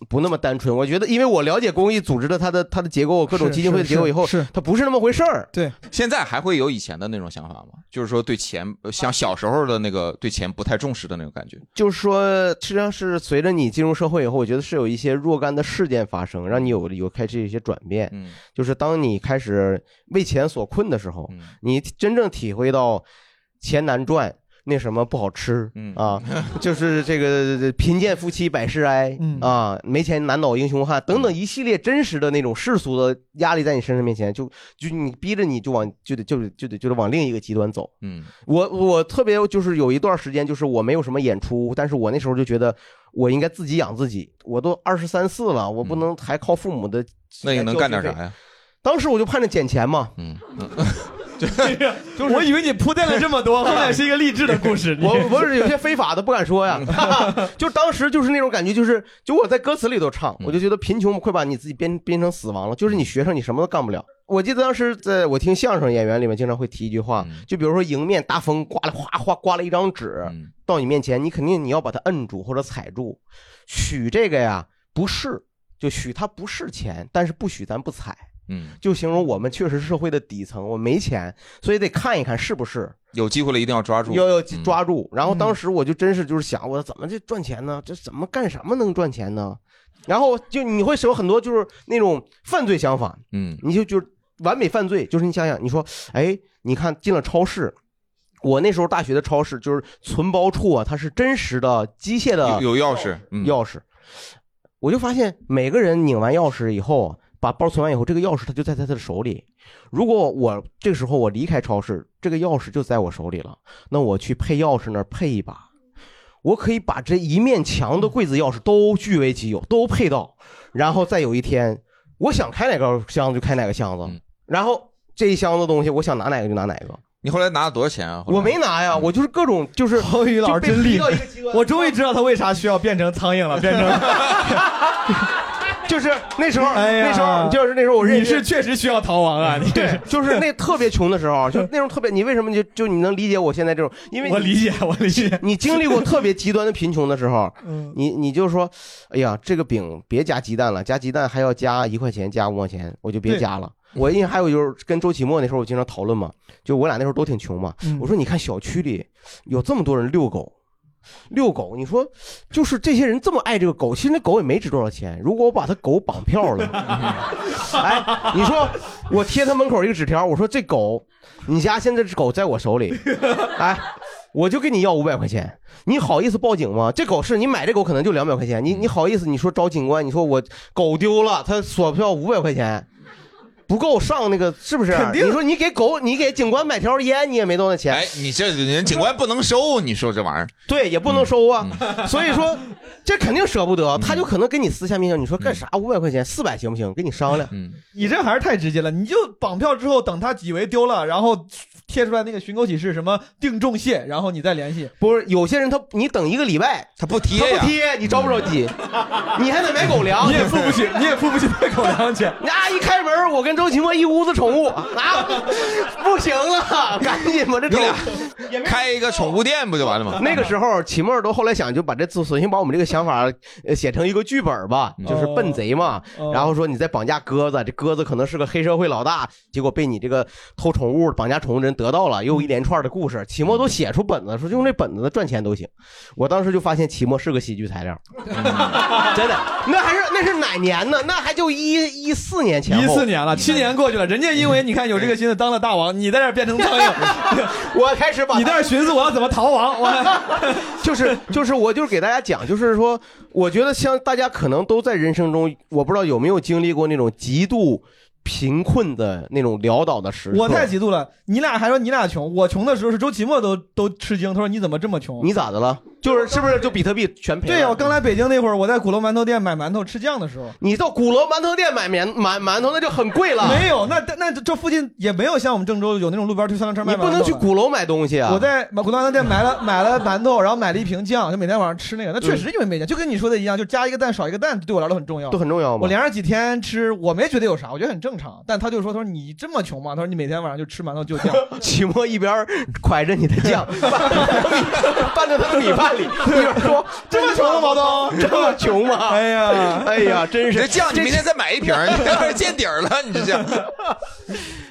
C: 不那么单纯，我觉得，因为我了解公益组织的它的它的结构，各种
B: 是
C: 基金会的
B: 是
C: 结构以后，
B: 是
C: 它不是那么回事儿。
D: 对，
B: 现在还会有以前的那种想法吗？就是说对钱，呃像小时候的那个对钱不太重视的那种感觉。
C: 就是说，实际上是随着你进入社会以后，我觉得是有一些若干的事件发生，让你有有开始一些转变。
B: 嗯，
C: 就是当你开始为钱所困的时候，
B: 嗯
C: 你真正体会到钱难赚。那什么不好吃，
B: 嗯
C: 啊，就是这个贫贱夫妻百事哀，
D: 嗯
C: 啊，没钱难倒英雄汉等等一系列真实的那种世俗的压力在你身上面前，就就你逼着你就往就得就得就得就得往另一个极端走，
B: 嗯，
C: 我我特别就是有一段时间，就是我没有什么演出，但是我那时候就觉得我应该自己养自己。我都二十三四了，我不能还靠父母的。
B: 嗯那你能干点啥呀？
C: 当时我就盼着捡钱嘛。
B: 嗯，
C: 就是
D: 我以为你铺垫了这么多，后面是一个励志的故事。你
C: 我我是有嗯些非法的不敢说呀， 就当时就是那种感觉，就是就我在歌词里头唱，我就觉得贫穷快把你自己变变成死亡了，就是你学生你什么都干不了。我记得当时在我听相声演员里面经常会提一句话，就比如说迎面大风刮了哗哗刮了一张纸到你面前，你肯定你要把它摁住或者踩住，许这个呀不是，就许它不是钱，但是不许咱不踩。
B: 嗯，
C: 就形容我们确实是社会的底层，我没钱，所以得看一看是不是。
B: 有机会了一定要抓住。嗯
C: 要要抓住。然后当时我就真是就是想，我怎么这赚钱呢？这怎么干什么能赚钱呢？然后就你会有很多就是那种犯罪想法，
B: 嗯，
C: 你就就是完美犯罪，就是你想想，你说，哎，你看进了超市。我那时候大学的超市就是存包处啊，它是真实的机械的
B: 有有钥匙嗯
C: 钥匙。我就发现每个人拧完钥匙以后，啊把包存完以后，这个钥匙它就在他的手里。如果我这个时候我离开超市，这个钥匙就在我手里了，那我去配钥匙那儿配一把，我可以把这一面墙的柜子钥匙都据为己有，都配到，然后再有一天，我想开哪个箱子就开哪个箱子，然后这一箱子东西我想拿哪个就拿哪个。
B: 你后来拿了多少钱啊？
C: 我没拿呀，我就是各种就是
D: 侯宇老师真厉害，我终于知道他为啥需要变成苍蝇了，变成。
C: 就是那时候，
D: 哎呀
C: 那时候就是那时候我认识，嗯
D: 你是确实需要逃亡啊！你
C: 对，就是那特别穷的时候，就那种特别，你为什么就就你能理解我现在这种？因为
D: 我理解，我理解。嗯
C: 你经历过特别极端的贫穷的 时候，你你就说，哎呀，这个饼别加鸡蛋了，加鸡蛋还要加一块钱，加五毛钱，我就别
D: 对
C: 加了。我因为还有就是跟周启墨那时候我经常讨论嘛，就我俩那时候都挺穷嘛。
D: 嗯
C: 我说你看小区里有这么多人遛狗，遛狗，你说就是这些人这么爱这个狗，其实那狗也没值多少钱。如果我把他狗绑票了， 哎，你说我贴他门口一个纸条，我说这狗，你家现在这狗在我手 里，哎，我就跟你要五百块钱，你好意思报警吗？这狗是你买这狗可能就两百块钱，你你好意思你说找警官，你说我狗丢了，他索票五百块钱。不够上那个是不是？
B: 肯定
C: 你说你给狗，你给警官买条烟，你也没多少钱。
B: 哎，你这人警官不能收，你说这玩意儿。
C: 对，也不能收啊。 所以说，这肯定舍不得，他就可能跟你私下面交，你说干啥？五百块钱，四百行不行？跟你商量。
D: 你这还是 太直接了，你就绑票之后，等他几围丢了，然后贴出来那个寻狗启事，什么定重谢，然后你再联系。
C: 不是有些人他你等一个礼拜，
B: 他不贴
C: 他
D: 呀
C: 不贴，你着不着 急？你还得买狗粮，
D: 你也付不起，你也付不起那狗粮钱。
C: 啊！一开门，我跟周奇墨一屋子宠物啊，不行了，赶紧吧，这宠
B: 开一个宠物店不就完了吗？
C: 那个时候，齐默都后来想，就把这字索性把我们这个想法呃写成一个剧本吧，就是笨贼嘛。然后说你在绑架鸽子，这鸽子可能是个黑社会老大，结果被你这个偷宠物、绑架宠物人得到了，又一连串的故事。齐默都写出本子，说用这本子赚钱都行。我当时就发现齐默是个喜剧材料，真的。那还是那是哪年呢？那还就一一四年前
D: 一
C: 后，
D: 四年了，七年过去了，人家因为你看有这个心思当了大王，你在这儿变成苍蝇，
C: 我开始把
D: 你在这儿寻思我要怎么逃亡，我
C: 就是就是，我就是给大家讲，就是说，我觉得像大家可能都在人生中，我不知道有没有经历过那种极度贫困的那种潦倒的时刻。
D: 我太嫉妒了。你俩还说你俩穷，我穷的时候是周奇墨都都吃惊，他说你怎么这么穷？
C: 你咋的了？就是是不是就比特币全赔了？
D: 对呀、我刚来北京那会儿，我在鼓楼馒头店买馒头吃酱的时候，
C: 你到鼓楼馒头店买面买馒头那就很贵了。
D: 没有，那那这附近也没有像我们郑州有那种路边推三轮车卖
C: 你
D: 馒头
C: 不
D: 的。
C: 能去鼓楼买东西啊！
D: 我在鼓楼馒头店买了买了馒头，然后买了一瓶酱，就每天晚上吃那个。那确实因为没钱，就跟你说的一样，就加一个蛋少一个蛋，对我来说很重要，
C: 都很重要嘛
D: 我连着几天吃，我没觉得有啥，我觉得很正常。但他就说，他说你这么穷吗？他说你每天晚上就吃馒头就 酱。
C: 期末一边蒯着你的酱， 拌在他的米饭里，一边 说
D: 这么穷吗，毛东？
C: 这么穷吗？
D: 哎呀，
C: 哎呀，真是
B: 你这酱，你明 天再买一瓶儿，你要是见底儿了，你这酱。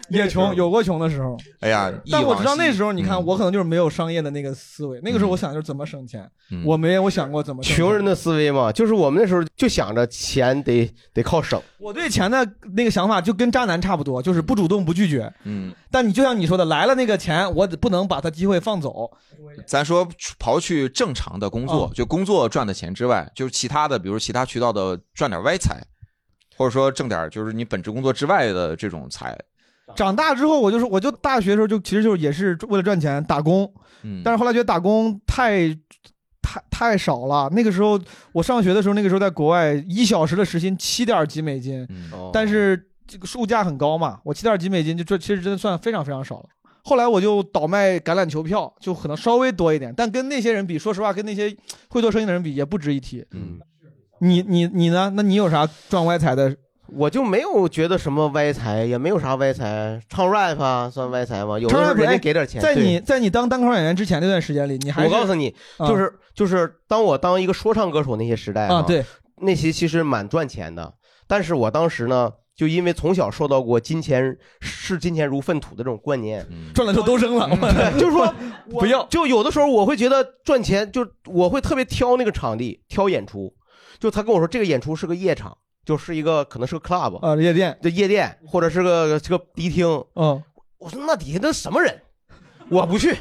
D: 也穷，有过穷的时候。
B: 哎呀，
D: 但我知道
B: 一往
D: 那
B: 昔嗯
D: 时候，你看，我可能就是没有商业的那个思维。那个时候，我想就是怎么省钱，
B: 嗯
D: 我没有想过怎么。
C: 穷人的思维嘛，就是我们那时候就想着钱得得靠省。
D: 我对钱的那个想法就跟渣男差不多，就是不主动不拒绝。
B: 嗯，
D: 但你就像你说的，来了那个钱，我不能把他机会放走。
B: 咱说刨去正常的工作
D: 嗯，
B: 就工作赚的钱之外，就是其他的，比如其他渠道的赚点歪财，或者说挣点儿就是你本职工作之外的这种财。
D: 长大之后，我就是我就大学的时候就其实就是也是为了赚钱打工，
B: 嗯
D: 但是后来觉得打工太。太太少了。那个时候我上学的时候，那个时候在国外一小时的时薪七点几美金，但是这个物价很高嘛，我七点几美金就这其实真的算非常非常少了。后来我就倒卖橄榄球票，就可能稍微多一点，但跟那些人比，说实话，跟那些会做生意的人比，也不值一提。
B: 嗯，
D: 你你你呢？那你有啥赚歪财的？
C: 我就没有觉得什么歪财，也没有啥歪财，唱 rap 啊算歪财吗？有的时候人家给点钱。
D: 哎在
C: 对
D: 你在你当单口演员之前那段时间里，你还
C: 我
D: 是
C: 告诉你，就是就是，当我当一个说唱歌手那些时代
D: 啊对，
C: 那些其实蛮赚钱的。但是我当时呢，就因为从小受到过金钱视金钱如粪土的这种观念，
D: 赚了就都扔了，
C: 对就 是说不要。就有的时候我会觉得赚钱，就我会特别挑那个场地，挑演出。就他跟我说这个演出是个夜场，就是一个可能是个 club
D: 啊夜店，
C: 对夜店或者是个这个迪厅。
D: 嗯，
C: 我说那底下那什么人，我不去，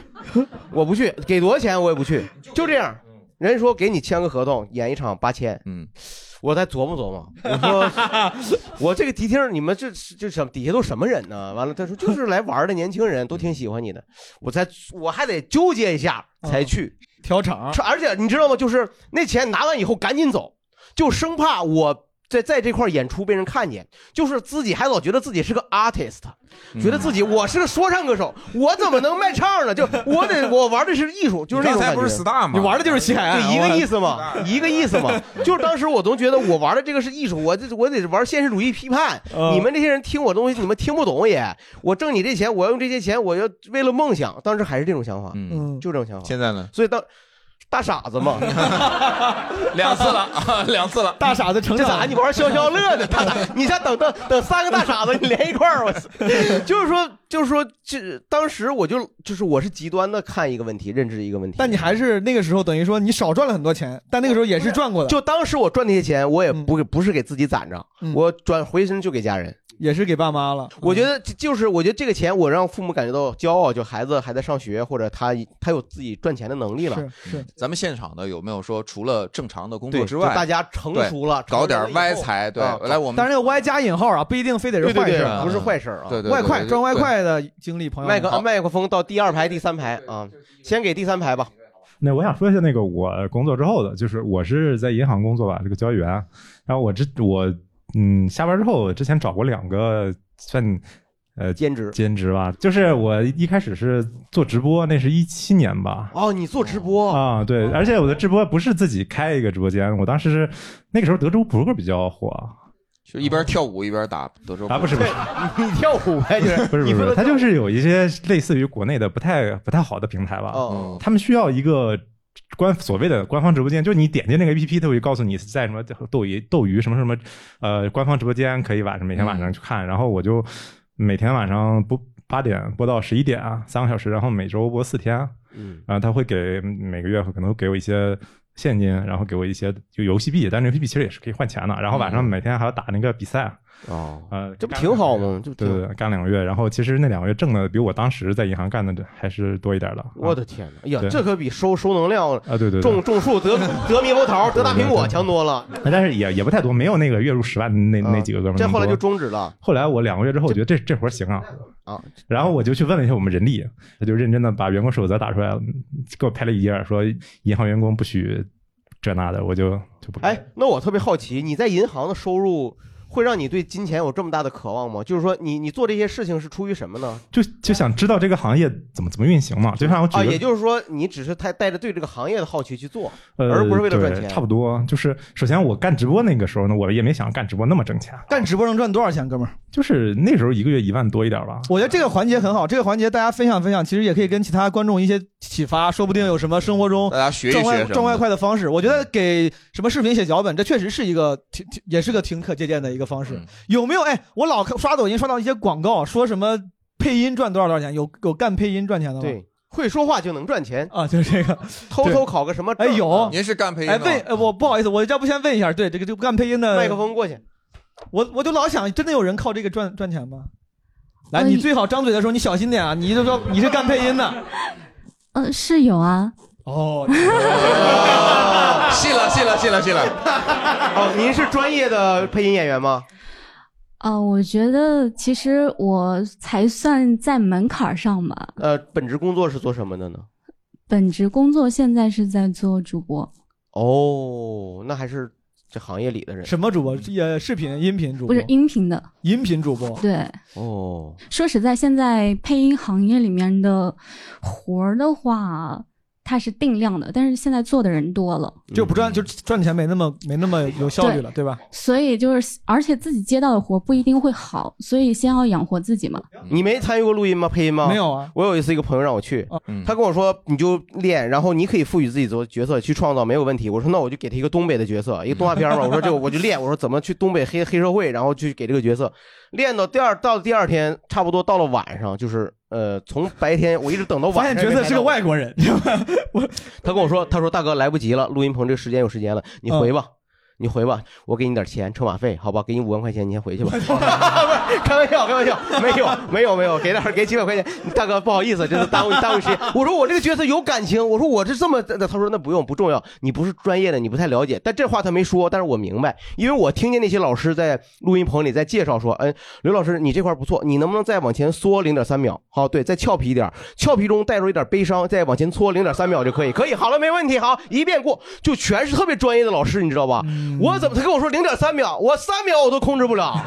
C: 我不去，给多少钱我也不去，就这样。人家说给你签个合同，演一场八千。
B: 嗯，
C: 我再琢磨琢磨，我说 我这个迪厅你们这是这什底下都什么人呢？完了，他说就是来玩的年轻人，都挺喜欢
B: 嗯
C: 你的。我再我还得纠结一下才去
D: 调
B: 啊
D: 场，
C: 而且你知道吗？就是那钱拿完以后赶紧走，就生怕我。在在这块演出被人看见，就是自己还老觉得自己是个 artist，觉得
B: 嗯
C: 自己我是个说唱歌手，我怎么能卖 唱呢？就我得我玩的是艺术，就是那种
B: 你刚才
C: 感觉
B: 不是 star 吗你玩的就是啊西海岸
C: 对一个
B: 我
C: 意思嘛，一个意思嘛。 就是当时我总觉得我玩的这个是艺术，我这我得玩现实主义批判。
D: 嗯
C: 你们这些人听我东西，你们听不懂也。我挣你这钱，我要用这些钱，我要为了梦想。当时还是这种想法，
B: 嗯
C: 就这种想法。
B: 现在呢？
C: 所以当大傻子嘛，
B: 两次了，两次了。
D: 大傻子成
C: 这咋你玩消消乐呢？大傻，你先等等等三个大傻子，你连一块儿，我操 就是说就是说，这当时我就就是我是极端的看一个问题，认知一个问题。
D: 但你还是那个时候等于说你少赚了很多钱，但那个时候也是赚过的，
C: 就当时我赚那些钱，我也
D: 嗯
C: 不给、不是给自己攒着，我转回身就给家人。
D: 也是给爸妈了。
C: 我觉得这就是，我觉得这个钱我让父母感觉到骄傲，就孩子还在上学，或者他他有自己赚钱的能力了。
D: 是，
B: 咱们现场的有没有说除了正常的工
C: 对
B: 作之外，
C: 就大家成熟了
B: 对搞
C: 成
B: 点
C: 熟了以后
B: 歪财？对
C: 啊，
B: 来我
D: 但
B: 们
D: 是那个歪加引号啊，不一定非得是
C: 对对
D: 坏事
C: 对
D: 啊，，
C: 不是坏事儿啊，
D: 对外快赚外快的经历，朋友们
C: 麦克麦克风到第二排、第三排啊，先给第三排吧。
P: 那我想说一下那个我工作之后的，就是我是在银行工作吧，这个交易员。然后我之我嗯下班之后，我之前找过两个算呃
C: 兼职
P: 兼职吧，就是我一开始是做直播，那是一七年吧。
C: 哦，你做直播
P: 啊、对，而且我的直播不是自己开一个直播间，我当时是那个时候德州扑克比较火，
B: 就一边跳舞一边打德州扑克。
P: 啊不是不是
C: 你你跳舞呗，就是
P: 不是不
C: 你
P: 是不
C: 说的
P: 是，它 就是有一些类似于国内的不太不太好的平台吧，
C: 哦
P: 他们需要一个官所谓的官方直播间，就是你点进那个 APP，它会告诉你在什么斗鱼斗鱼什么什么呃官方直播间可以晚上每天晚上去
C: 嗯
P: 看，然后我就每天晚上播八点播到十一点啊，三个小时，然后每周播四天，啊
C: 嗯，
P: 然后他会给每个月可能会给我一些现金，然后给我一些就游戏币，但是游戏币其实也是可以换钱的，然后
C: 嗯
P: 晚上每天还要打那个比赛。啊
C: 哦，
P: 呃，
C: 这不挺好吗？这
P: 对对对，干两个月，然后其实那两个月挣的比我当时在银行干的还是多一点的。
C: 我的天哪！哎呀
P: 对，
C: 这可比收收能量
P: 对
C: 啊，
P: 对对
C: 种种树得得猕猴桃得大苹果强多了。
P: 但是也也不太多，没有那个月入十万那、那几个哥们儿。
C: 啊这后来就。终止了。
P: 后来我两个月之后，我觉得这这活儿行啊，
C: 啊，
P: 然后我就去问了一下我们人力，他就认真的把员工守则打出来了，给我拍了一页，说银行员工不许这那的，我就就不
C: 哎，那我特别好奇，你在银行的收入会让你对金钱有这么大的渴望吗？就是说你，你做这些事情是出于什么呢？
P: 就就想知道这个行业怎么怎么运行嘛。就像我举
C: 啊，
P: 个
C: 也就是说，你只是带带着对这个行业的好奇去做，
P: 呃，
C: 而不是为了赚
P: 对
C: 钱。
P: 差不多，就是首先我干直播那个时候呢，我也没想干直播那么挣钱，
D: 干直播能赚多少钱，哥们儿？
P: 就是那时候一个月一万多一点吧。
D: 嗯我觉得这个环节很好，这个环节大家分享分享，其实也可以跟其他观众一些启发，说不定有什么生活中
B: 大家学一学
D: 挣外
B: 什么的嗯
D: 挣外快的方式。我觉得给什么视频写脚本，这确实是一个挺挺也是个挺可借鉴的一个方
B: 嗯
D: 式。有没有？哎，我老看刷抖音刷到一些广告，说什么配音赚多少多少钱？有有干配音赚钱的吗？
C: 对，会说话就能赚钱
D: 啊，就是这个，
C: 偷
D: 对
C: 偷考个什么
D: 哎
C: 证
D: 有
C: 啊，
B: 是干
D: 哎，问呃我不好意思，我要不先问一下，对这个这个干配音的
C: 麦克风过去，
D: 我我就老想，真的有人靠这个赚赚钱吗？来，
Q: 哎
D: 你最好张嘴的时候，你小心点啊！你就说你是干配音的，
Q: 嗯，是有啊，
D: 哦，
B: 信了，信了，信了，信了。
C: 哦，您是专业的配音演员吗？
Q: 啊、我觉得其实我才算在门槛儿上吧。
C: 呃，本职工作是做什么的呢？
Q: 本职工作现在是在做主播，
C: 哦，那还是这行业里的人。
D: 什么主播？也视频、音频主播？
Q: 不是音频的。
D: 音频主播。
Q: 对，
C: 哦，
Q: 说实在，现在配音行业里面的活儿的话，它是定量的，但是现在做的人多了，
D: 就不赚，就赚钱没那么没那么有效率了，对吧？
Q: 所以就是，而且自己接到的活儿不一定会好，所以先要养活自己嘛。
C: 你没参与过录音吗？配音吗？
Q: 没有啊。
C: 我有一次一个朋友让我去，
D: 哦
C: 他跟我说你就练，然后你可以赋予自己做角色去创造，没有问题。我说那我就给他一个东北的角色，一个动画片嘛。我说这个我就练，我说怎么去东北黑黑社会，然后去给这个角色练到第二到第二天，差不多到了晚上，就是呃从白天我一直等到
D: 发
C: 晚上。
D: 现角色是个外国人，嗯
C: 他跟我说，他说大哥来不及了，录音棚这个时间有时间了，你回吧。你回吧，我给你点钱车马费，好吧，给你五万块钱，你先 回去吧。 开玩笑，开玩笑，没有，没有，没有，给点儿给几百块钱，大哥不好意思，真的耽误你耽误你时间。我说我这个角色有感情，我说我是这么，他说那不用不重要，你不是专业的，你不太了解。但这话他没说，但是我明白，因为我听见那些老师在录音棚里在介绍说，嗯，刘老师你这块儿不错，你能不能再往前缩零点三秒？好，对，再俏皮一点儿，俏皮中带入一点悲伤，再往前搓零点三秒就可以，可以，好了，没问题，好，一遍过，就全是特别专业的老师，你知道吧？我怎么他跟我说零点三秒，我三秒我都控制不了。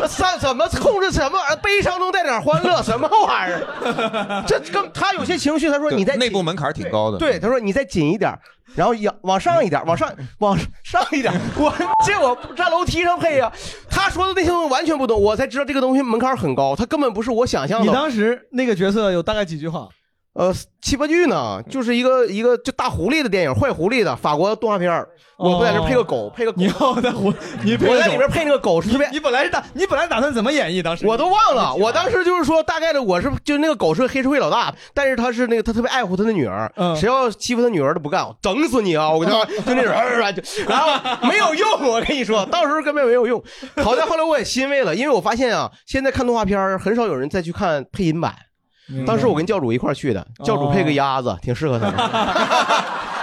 C: 那三怎么控制什么玩意儿？悲伤中带点欢乐，什么玩 意儿？这跟他有些情绪，他说你在
B: 内部门槛挺高的，
C: 对，他说你再紧一点，然后仰往上一点，往上往上一点。 我这我站楼梯上配呀、他说的那些东西完全不懂，我才知道这个东西门槛很高，他根本不是我想象的。
D: 你当时那个角色有大概几句话？
C: 呃，七八句呢，就是一个一个就大狐狸的电影，坏狐狸的法国动画片儿我不在这配个狗，配个狗。你
D: 哦要在狐，你配个
C: 我在
D: 狗
C: 里面配那个狗是特别。
D: 你本来是打，你本来打算怎么演绎？当时
C: 我都忘了，我当时就是说，大概的我是就那个狗是个黑社会老大，但是他是那个他特别爱护他的女儿，
D: 嗯
C: 谁要欺负他女儿都不干，我整死你啊！我 跟他就那种，啊就然后没有用，我跟你说，到时候根本没有用。好在后来我也欣慰了，因为我发现啊，现在看动画片儿很少有人再去看配音
D: 明
C: 版。
D: 白哦
C: 当时我跟教主一块儿去的，教主配个鸭子，挺适合他的。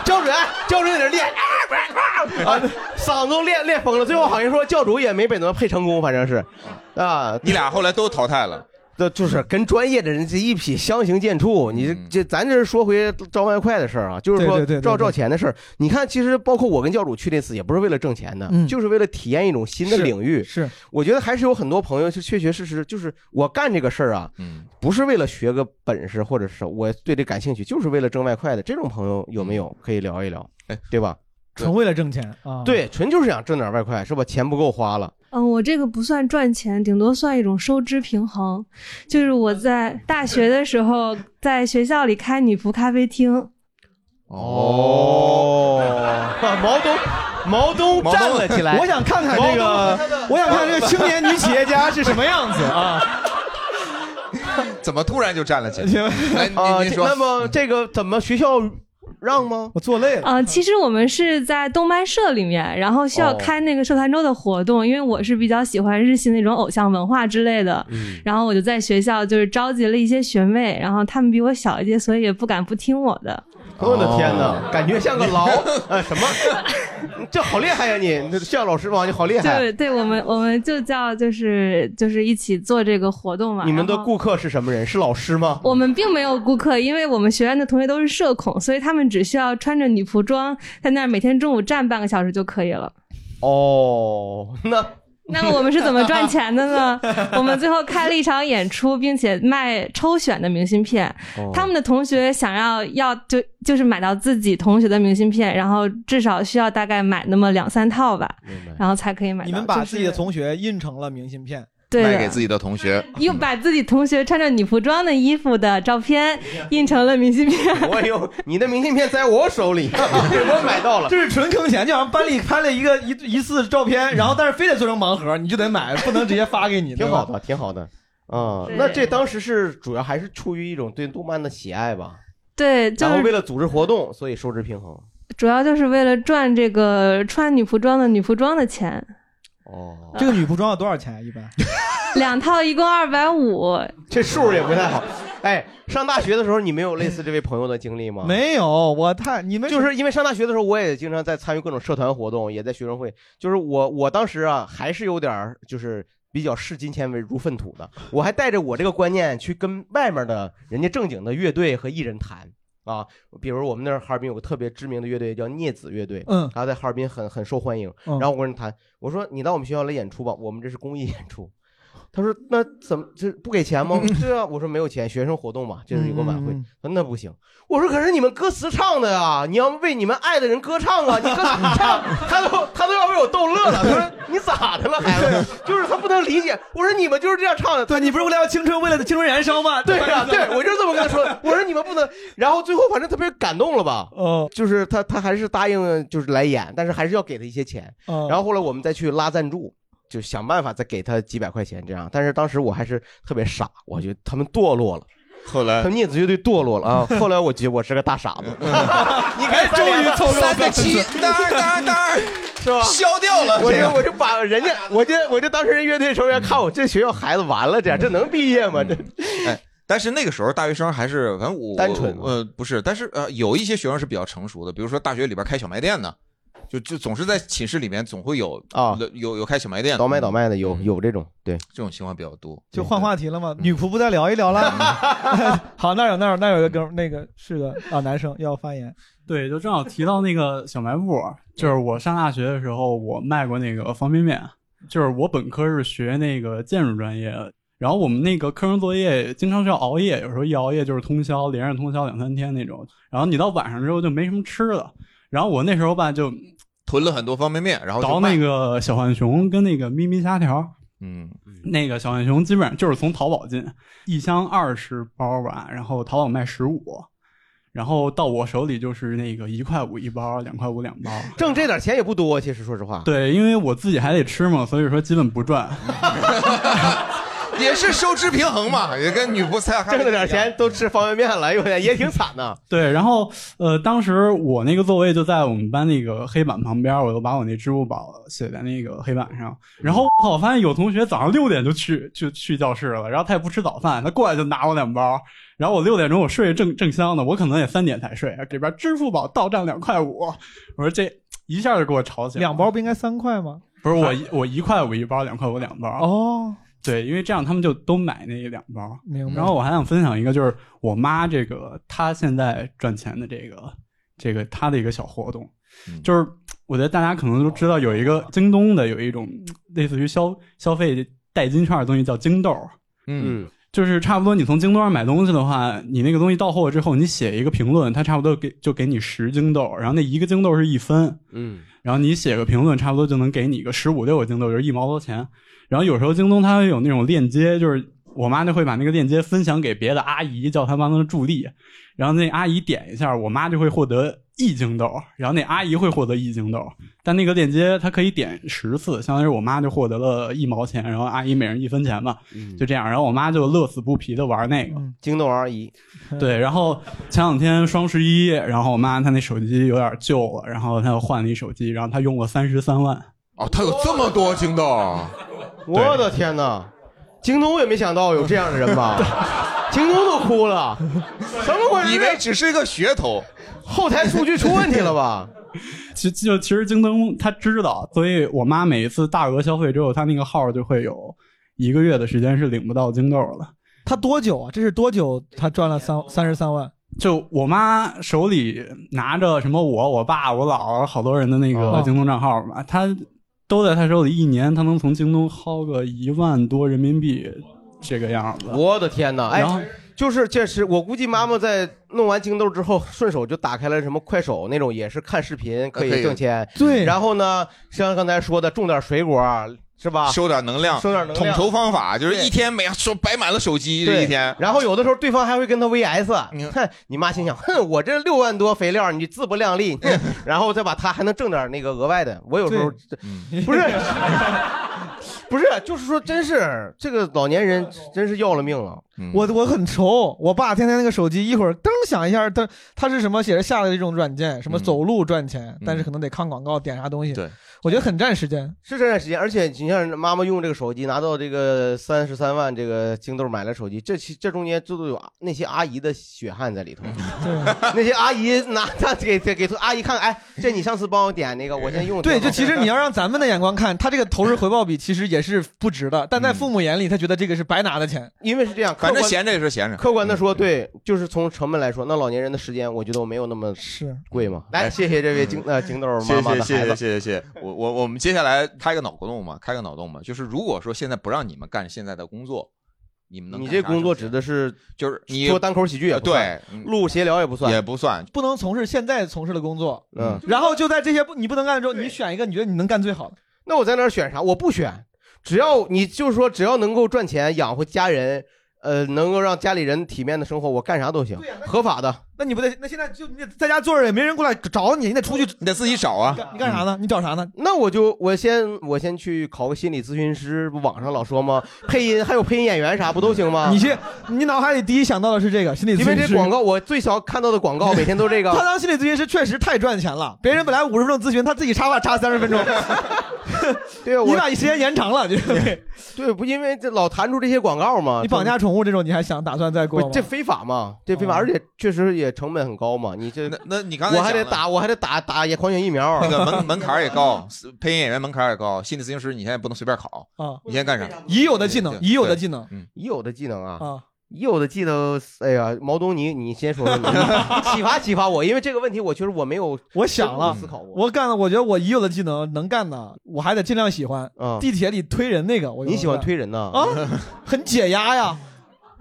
C: 教主，哎教主在那练，啊，啊嗓子都练练疯了。最后好像说教主也没被能配成功，反正是，啊，
B: 你俩后来都淘汰了。
C: 这就是跟专业的人这一匹相形见绌。你这
B: 嗯
C: 这，咱这是说回招外快的事儿啊，就是说
D: 对对对对
C: 照
D: 对
C: 照钱的事儿。你看，其实包括我跟教主去那次，也不是为了挣钱的，
D: 嗯
C: 就是为了体验一种新的
D: 是
C: 领域。
D: 是
C: 我觉得还是有很多朋友是确确实实，就是我干这个事儿啊，不是为了学个本事，或者是我对这感兴趣，就是为了挣外快的。这种朋友有没有可以聊一聊？嗯哎，对吧？
D: 纯为了挣钱啊？
C: 对，纯就是想挣点外快，是吧？钱不够花了。
R: 嗯，我这个不算赚钱，顶多算一种收支平衡。就是我在大学的时候，在学校里开女仆咖啡厅，
C: 哦， 毛东，毛东
D: 毛东
C: 站了起来。
D: 我想看看这
C: 毛
D: 个
C: 东和他的，
D: 我想看这个青年女企业家是什么样子啊？
B: 怎么突然就站了起来？来，
C: 啊，
B: 您您
C: 这
B: 说，
C: 那么这个怎么学校让吗？
D: 我做累了。
R: 啊、其实我们是在动漫社里面，然后需要
C: 哦
R: 开那个社团周的活动，因为我是比较喜欢日系那种偶像文化之类的，
C: 嗯
R: 然后我就在学校就是召集了一些学妹，然后她们比我小一届，所以也不敢不听我的。
C: 我的
B: 哦
C: 天哪，感觉像 个牢，呃，什么？ 这好厉害呀！你，这向老师王，你好厉害
R: 对。对，我们我们就叫就是就是一起做这个活动嘛。
C: 你们的
R: 然后
C: 顾客是什么人？是老师吗？
R: 我们并没有顾客，因为我们学院的同学都是社恐，所以他们只需要穿着女仆装在那儿每天中午站半个小时就可以了。
C: 哦，那
R: 那 么我们是怎么赚钱的呢？我们最后开了一场演出，并且卖抽选的明信片
S: 哦。
R: 他们的同学想要要就就是买到自己同学的明信片，然后至少需要大概买那么两三套吧，然后才可以买到。
D: 你们把
R: 就
D: 自
R: 是
D: 己的同学印成了明信片，
R: 对的卖给自
B: 己的同学。
R: 又把自己同学穿着女服装的衣服的照片印成了明信片。
C: 我
D: 哎
C: 有你的明信片在我手里，啊我买到了。
D: 这是纯坑钱，就好像班里拍了一个一一次照片，然后但是非得做成盲盒，你就得买， 不能直接发给你。
C: 挺好的，挺好的。啊，那这当时是主要还是出于一种对动漫的喜爱吧？
R: 对，就
C: 然后为
R: 是
C: 了组织活动，所以收支平衡。哦
R: 主要就是为了赚这个穿女仆装的女仆装的钱，
C: 哦，
D: 这个女仆装要多少钱？啊一般
R: 两套一共二百五。
C: 这数也不太好。哎，上大学的时候你没有类似这位朋友的经历吗？
D: 没有，我太你们
C: 就是因为上大学的时候，我也经常在参与各种社团活动，也在学生会。就是我，我当时啊，还是有点儿就是比较视金钱为如粪土的，我还带着我这个观念去跟外面的人家正经的乐队和艺人谈。啊，比如我们那儿哈尔滨有个特别知名的乐队叫聂子乐队，
D: 嗯
C: 他在哈尔滨很很受欢迎。
D: 嗯
C: 然后我跟人谈，我说你到我们学校来演出吧，我们这是公益演出。他说那怎么这不给 钱吗？对啊，我说没有钱，学生活动嘛，就是有个晚会。
D: 嗯嗯嗯
C: 他说那不行，我说可是你们歌词唱的呀，你要为你们爱的人歌唱啊，你歌词唱，他都他都要被我逗乐了。他说你咋的了，孩子？就是他不能理解。我说你们就是这样唱的，
D: 对你不是为了青春，为了青春燃烧吗？
C: 对呀、对我就是这么跟他说的。我说你们不能，然后最后反正他被感动了吧？
D: 嗯，
C: 就是他他还是答应就是来演，但是还是要给他一些钱。
D: 嗯
C: 然后后来我们再去拉赞助。就想办法再给他几百块钱这样，但是当时我还是特别傻，我觉得他们堕落了，
B: 后来嗯
C: 他们聂子乐队堕落了啊！后来我觉得我是个大傻子，
M: 哎
B: 你看，终于凑够三个七，当当当，
C: 是吧？
B: 消掉了
C: 我
B: 这
C: 就
B: 个
C: 我就把人家，我就我就当时人乐队成员看我这学校孩子完了，这样这能毕业吗？这
B: 哎，但是那个时候大学生还是反正我
C: 单纯
B: 呃不是，但是呃有一些学生是比较成熟的，比如说大学里边开小卖店的，就就总是在寝室里面总会有
C: 啊
B: 有有开小卖店的
C: 倒卖倒卖的有有这种，对，
B: 这种情况比较多。
D: 就换话题了嘛，女仆不再聊一聊了。好，那有那有那有一个哥们儿那个是的啊，男生要发言。
S: 对，就正好提到那个小卖部，就是我上大学的时候，我卖过那个方便面。就是我本科是学那个建筑专业的，然后我们那个课程作业经常是要熬夜，有时候一熬夜就是通宵，连着通宵两三天那种。然后你到晚上之后就没什么吃的，然后我那时候吧就
B: 囤了很多方便面，然后就
S: 倒
B: 卖
S: 那个小浣熊跟那个咪咪虾条，
B: 嗯，
S: 那个小浣熊基本上就是从淘宝进，一箱二十包吧，然后淘宝卖十五，然后到我手里就是那个一块五一包，两块五两包。
C: 挣这点钱也不多，其实说实话。
S: 对，因为我自己还得吃嘛，所以说基本不赚。
B: 也是收支平衡嘛，也跟女仆菜
C: 挣了点钱都吃方便面了，哎呦我天也挺惨的。
S: 对，然后呃，当时我那个座位就在我们班那个黑板旁边，我就把我那支付宝写在那个黑板上。然
D: 嗯
S: 后我靠我发现有同学早上六点就去就去教室了，然后他也不吃早饭，他过来就拿我两包。然后我六点钟我睡正正香呢，我可能也三点才睡，这边支付宝到账两块五，我说这一下就给我吵起来了。
D: 两包不应该三块吗？
S: 不是我一我一块五一包，两块五两包。
D: 哦，
S: 对，因为这样他们就都买那一两包。
D: 明白
S: 然后我还想分享一个，就是我妈这个她现在赚钱的这个这个她的一个小活动，就是我觉得大家可能都知道有一个京东的有一种类似于消消费代金券的东西叫京豆儿。
B: 嗯，
S: 就是差不多，你从京东上买东西的话，你那个东西到货之后，你写一个评论，它差不多给就给你十京豆，然后那一个京豆是一分，
C: 嗯，
S: 然后你写个评论，差不多就能给你个十五六个京豆，就是一毛多钱。然后有时候京东它会有那种链接，就是我妈就会把那个链接分享给别的阿姨，叫她帮她助力。然后那阿姨点一下，我妈就会获得一京豆，然后那阿姨会获得一京豆。但那个链接她可以点十次，相当于我妈就获得了一毛钱，然后阿姨每人一分钱嘛，就这样。然后我妈就乐此不疲的玩那个
C: 嗯京豆阿姨。
S: 对，然后前两天双十一，然后我妈她那手机有点旧了，然后她又换了一手机，然后她用了三十三万。
B: 哦，她有这么多京豆，
C: 我的天哪，京东我也没想到有这样的人 吧？京东都哭了，怎么回事？
B: 以为只是一个噱头，
C: 后台数据出问题了吧？
S: 其就其实京东他知道，所以我妈每一次大额消费之后，她那个号就会有一个月的时间是领不到京豆的。
D: 他多久啊？这是多久？他赚了三三十三万。
S: 就我妈手里拿着什么我、我爸、我姥姥好多人的那个
D: 哦
S: 京东账号嘛，她都在她手里，一年她能从京东薅个一万多人民币这个样子。
C: 我的天哪！
S: 然后
C: 哎，就是这是我估计妈妈在弄完京豆之后，顺手就打开了什么快手那种，也是看视频可
B: 可以
C: 以挣钱。
B: 对
C: 然后呢，像刚才说的，种点水果是吧？
B: 收点能量，
C: 收点能量。
B: 统筹方法啊就是
C: 对
B: 一天每说摆满了手机
C: 对
B: 这一天，
C: 然后有的时候对方还会跟他 VS，哼，你妈心想，哼，我这六万多肥料，你自不量力，哼 然后再把他还能挣点那个额外的。我有时候 嗯不是不是，就是说，真是这个老年人真是要了命了。
D: 我我很愁，我爸天天那个手机一会儿噔响一下，他他是什么写着下的这种软件，什么走路赚钱，但是可能得看广告，点啥东西。
B: 对，
D: 我觉得很占时间。
C: 是这段时间，而且你像妈妈用这个手机拿到这个三十三万，这个京豆买了手机，这其这中间这都有啊那些阿姨的血汗在里头。 那些阿姨拿她给给给阿姨看看，哎，这你上次帮我点那个，我先用。
D: 对，就其实你要让咱们的眼光看，他这个投资回报比其实也是不值的，但在父母眼里，他觉得这个是白拿的钱。
C: 因为是这样，
D: 反正
C: 客观
D: 闲
B: 着也是闲着
C: 客观的说，对，就是从成本来说，那老年人的时间，我觉得我没有那么
D: 是
C: 贵嘛。来，谢谢 这位京呃京豆妈妈的
B: 谢谢谢
C: 孩
B: 谢
C: 子，
B: 谢谢谢谢，我我我们接下来开个脑洞嘛，开个脑洞嘛，就是如果说现在不让你们干现在的工作，你们能
C: 你
B: 干
C: 这
B: 啥
C: 工作
B: 事
C: 指的是
B: 就是你
C: 说单口喜剧也不
B: 对
C: 算，录闲聊也不算，
B: 哎嗯也不算，
D: 不能从事现在从事的工作，
C: 嗯
D: 然后就在这些不你不能干的时候，你选一个你觉得你能干最好的。
C: 那我在哪儿选啥？我不选，只要你就是说，只要能够赚钱养活家人，呃，能够让家里人体面的生活，我干啥都行，合法的。
D: 那你不得？那现在就你在家坐着也没人过来找你，你得出去，
B: 你得自己找啊。
D: 你干啥呢？你找啥呢？
C: 嗯那我就我先我先去考个心理咨询师，不网上老 说吗？配音还有配音演员啥不都行吗？
D: 你去，你脑海里第一想到的是这个心理咨询
C: 因
D: 师，
C: 为这广告我最小看到的广告每天都这 个。
D: 他当心理咨询师确实太赚钱了，别人本来五十分钟咨询，他自己插话插三十分钟。
C: 对，
D: 你把时间延长了，就是
C: 对，不因为这老弹出这些广告嘛。
D: 你绑架宠物这种，你还想打算再过吗哦
C: 不？这非法嘛？这非法，而且确实也成本很高嘛。你这那
B: 那你刚才
C: 我还得
B: 讲了
C: 打，我还得打打也狂犬疫苗，
B: 那个门门槛儿也高， 配音演员门槛儿也高，心理咨询师你现在不能随便考
D: 啊
B: 你现在干啥？
D: 已有的技能，已有的技
B: 对嗯
D: 能，
C: 已有的技能啊
D: 啊，
C: 已有的技能，哎呀，毛东尼，你先说说你，启发启发我，因为这个问题我确实我没有，
D: 我想了
C: 思考过。
D: 我干了，我觉得我已有的技能能干的，我还得尽量喜欢。
C: 嗯
D: 地铁里推人那个，我就
C: 你喜欢
D: 能干
C: 推人呐？
D: 啊， 很解压呀。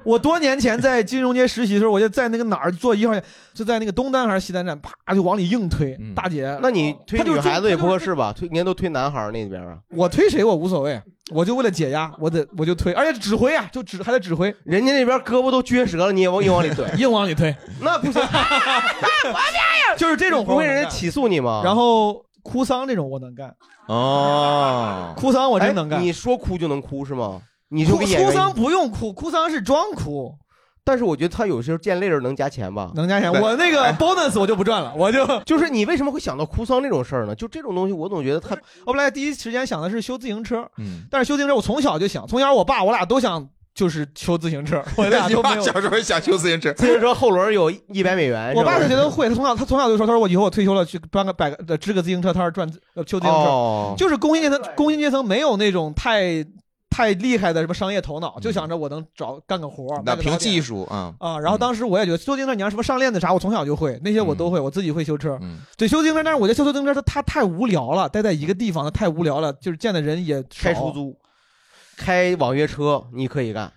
D: 我多年前在金融街实习的时候，我就在那个哪儿坐一号线，就在那个东单还是西单站，啪就往里硬推。大姐，
C: 那你推
D: 她就
C: 女
D: 是
C: 孩子也不合适吧？推人家都推男孩儿那边 啊。
D: 我推谁我无所谓，我就为了解压，我得我就推，而且指挥啊，就指还得指挥，
C: 人家那边胳膊都撅折了，你也往硬往里 怼
D: 硬往里推，
C: 那不行，
D: 就是这种活
C: 不
D: 我
C: 会
D: 能干
C: 人家起诉你吗？
D: 然后哭丧这种我能干，
B: 哦，
D: 哭丧我真能干
C: 哎你说哭就能哭是吗？你就
D: 哭
C: 跟演员
D: 哭丧不用哭，哭丧是装哭，
C: 但是我觉得他有时候见累了能加钱吧，哎
D: 能加钱。我那个 bonus 我就不赚了，我就
C: 就是你为什么会想到哭丧这种事儿呢？就这种东西，我总觉 得他
D: 我本来第一时间想的是修自行车，
B: 嗯，
D: 但是修自行车我从小就想，从小我爸我俩都想就是修自 行车，我俩
B: 你
D: 都没
B: 爸
D: 有。
B: 小时候想修自行车，
C: 自行车后轮有一百美元。
D: 我爸是
C: 是
D: 觉得会，他从小他从小就说，他说我以后我退休了去搬个摆个呃支个自行车摊儿赚呃修自行车，
C: 哦
D: 就是工薪阶层工薪阶层没有那种太太厉害的什么商业头脑，就想着我能找干个活儿，
B: 嗯那
D: 卖个
B: 凭
D: 早点
B: 技术啊，
D: 啊，然后当时我也觉得修自行车，你让什么上链子啥，我从小就会，那些我都会，
B: 嗯
D: 我自己会修车。对，修自行车，但是我觉得修自行车它它太无聊了，待在一个地方它太无聊了，就是见的人也
C: 开
D: 少
C: 出租，开网约车，你可以干，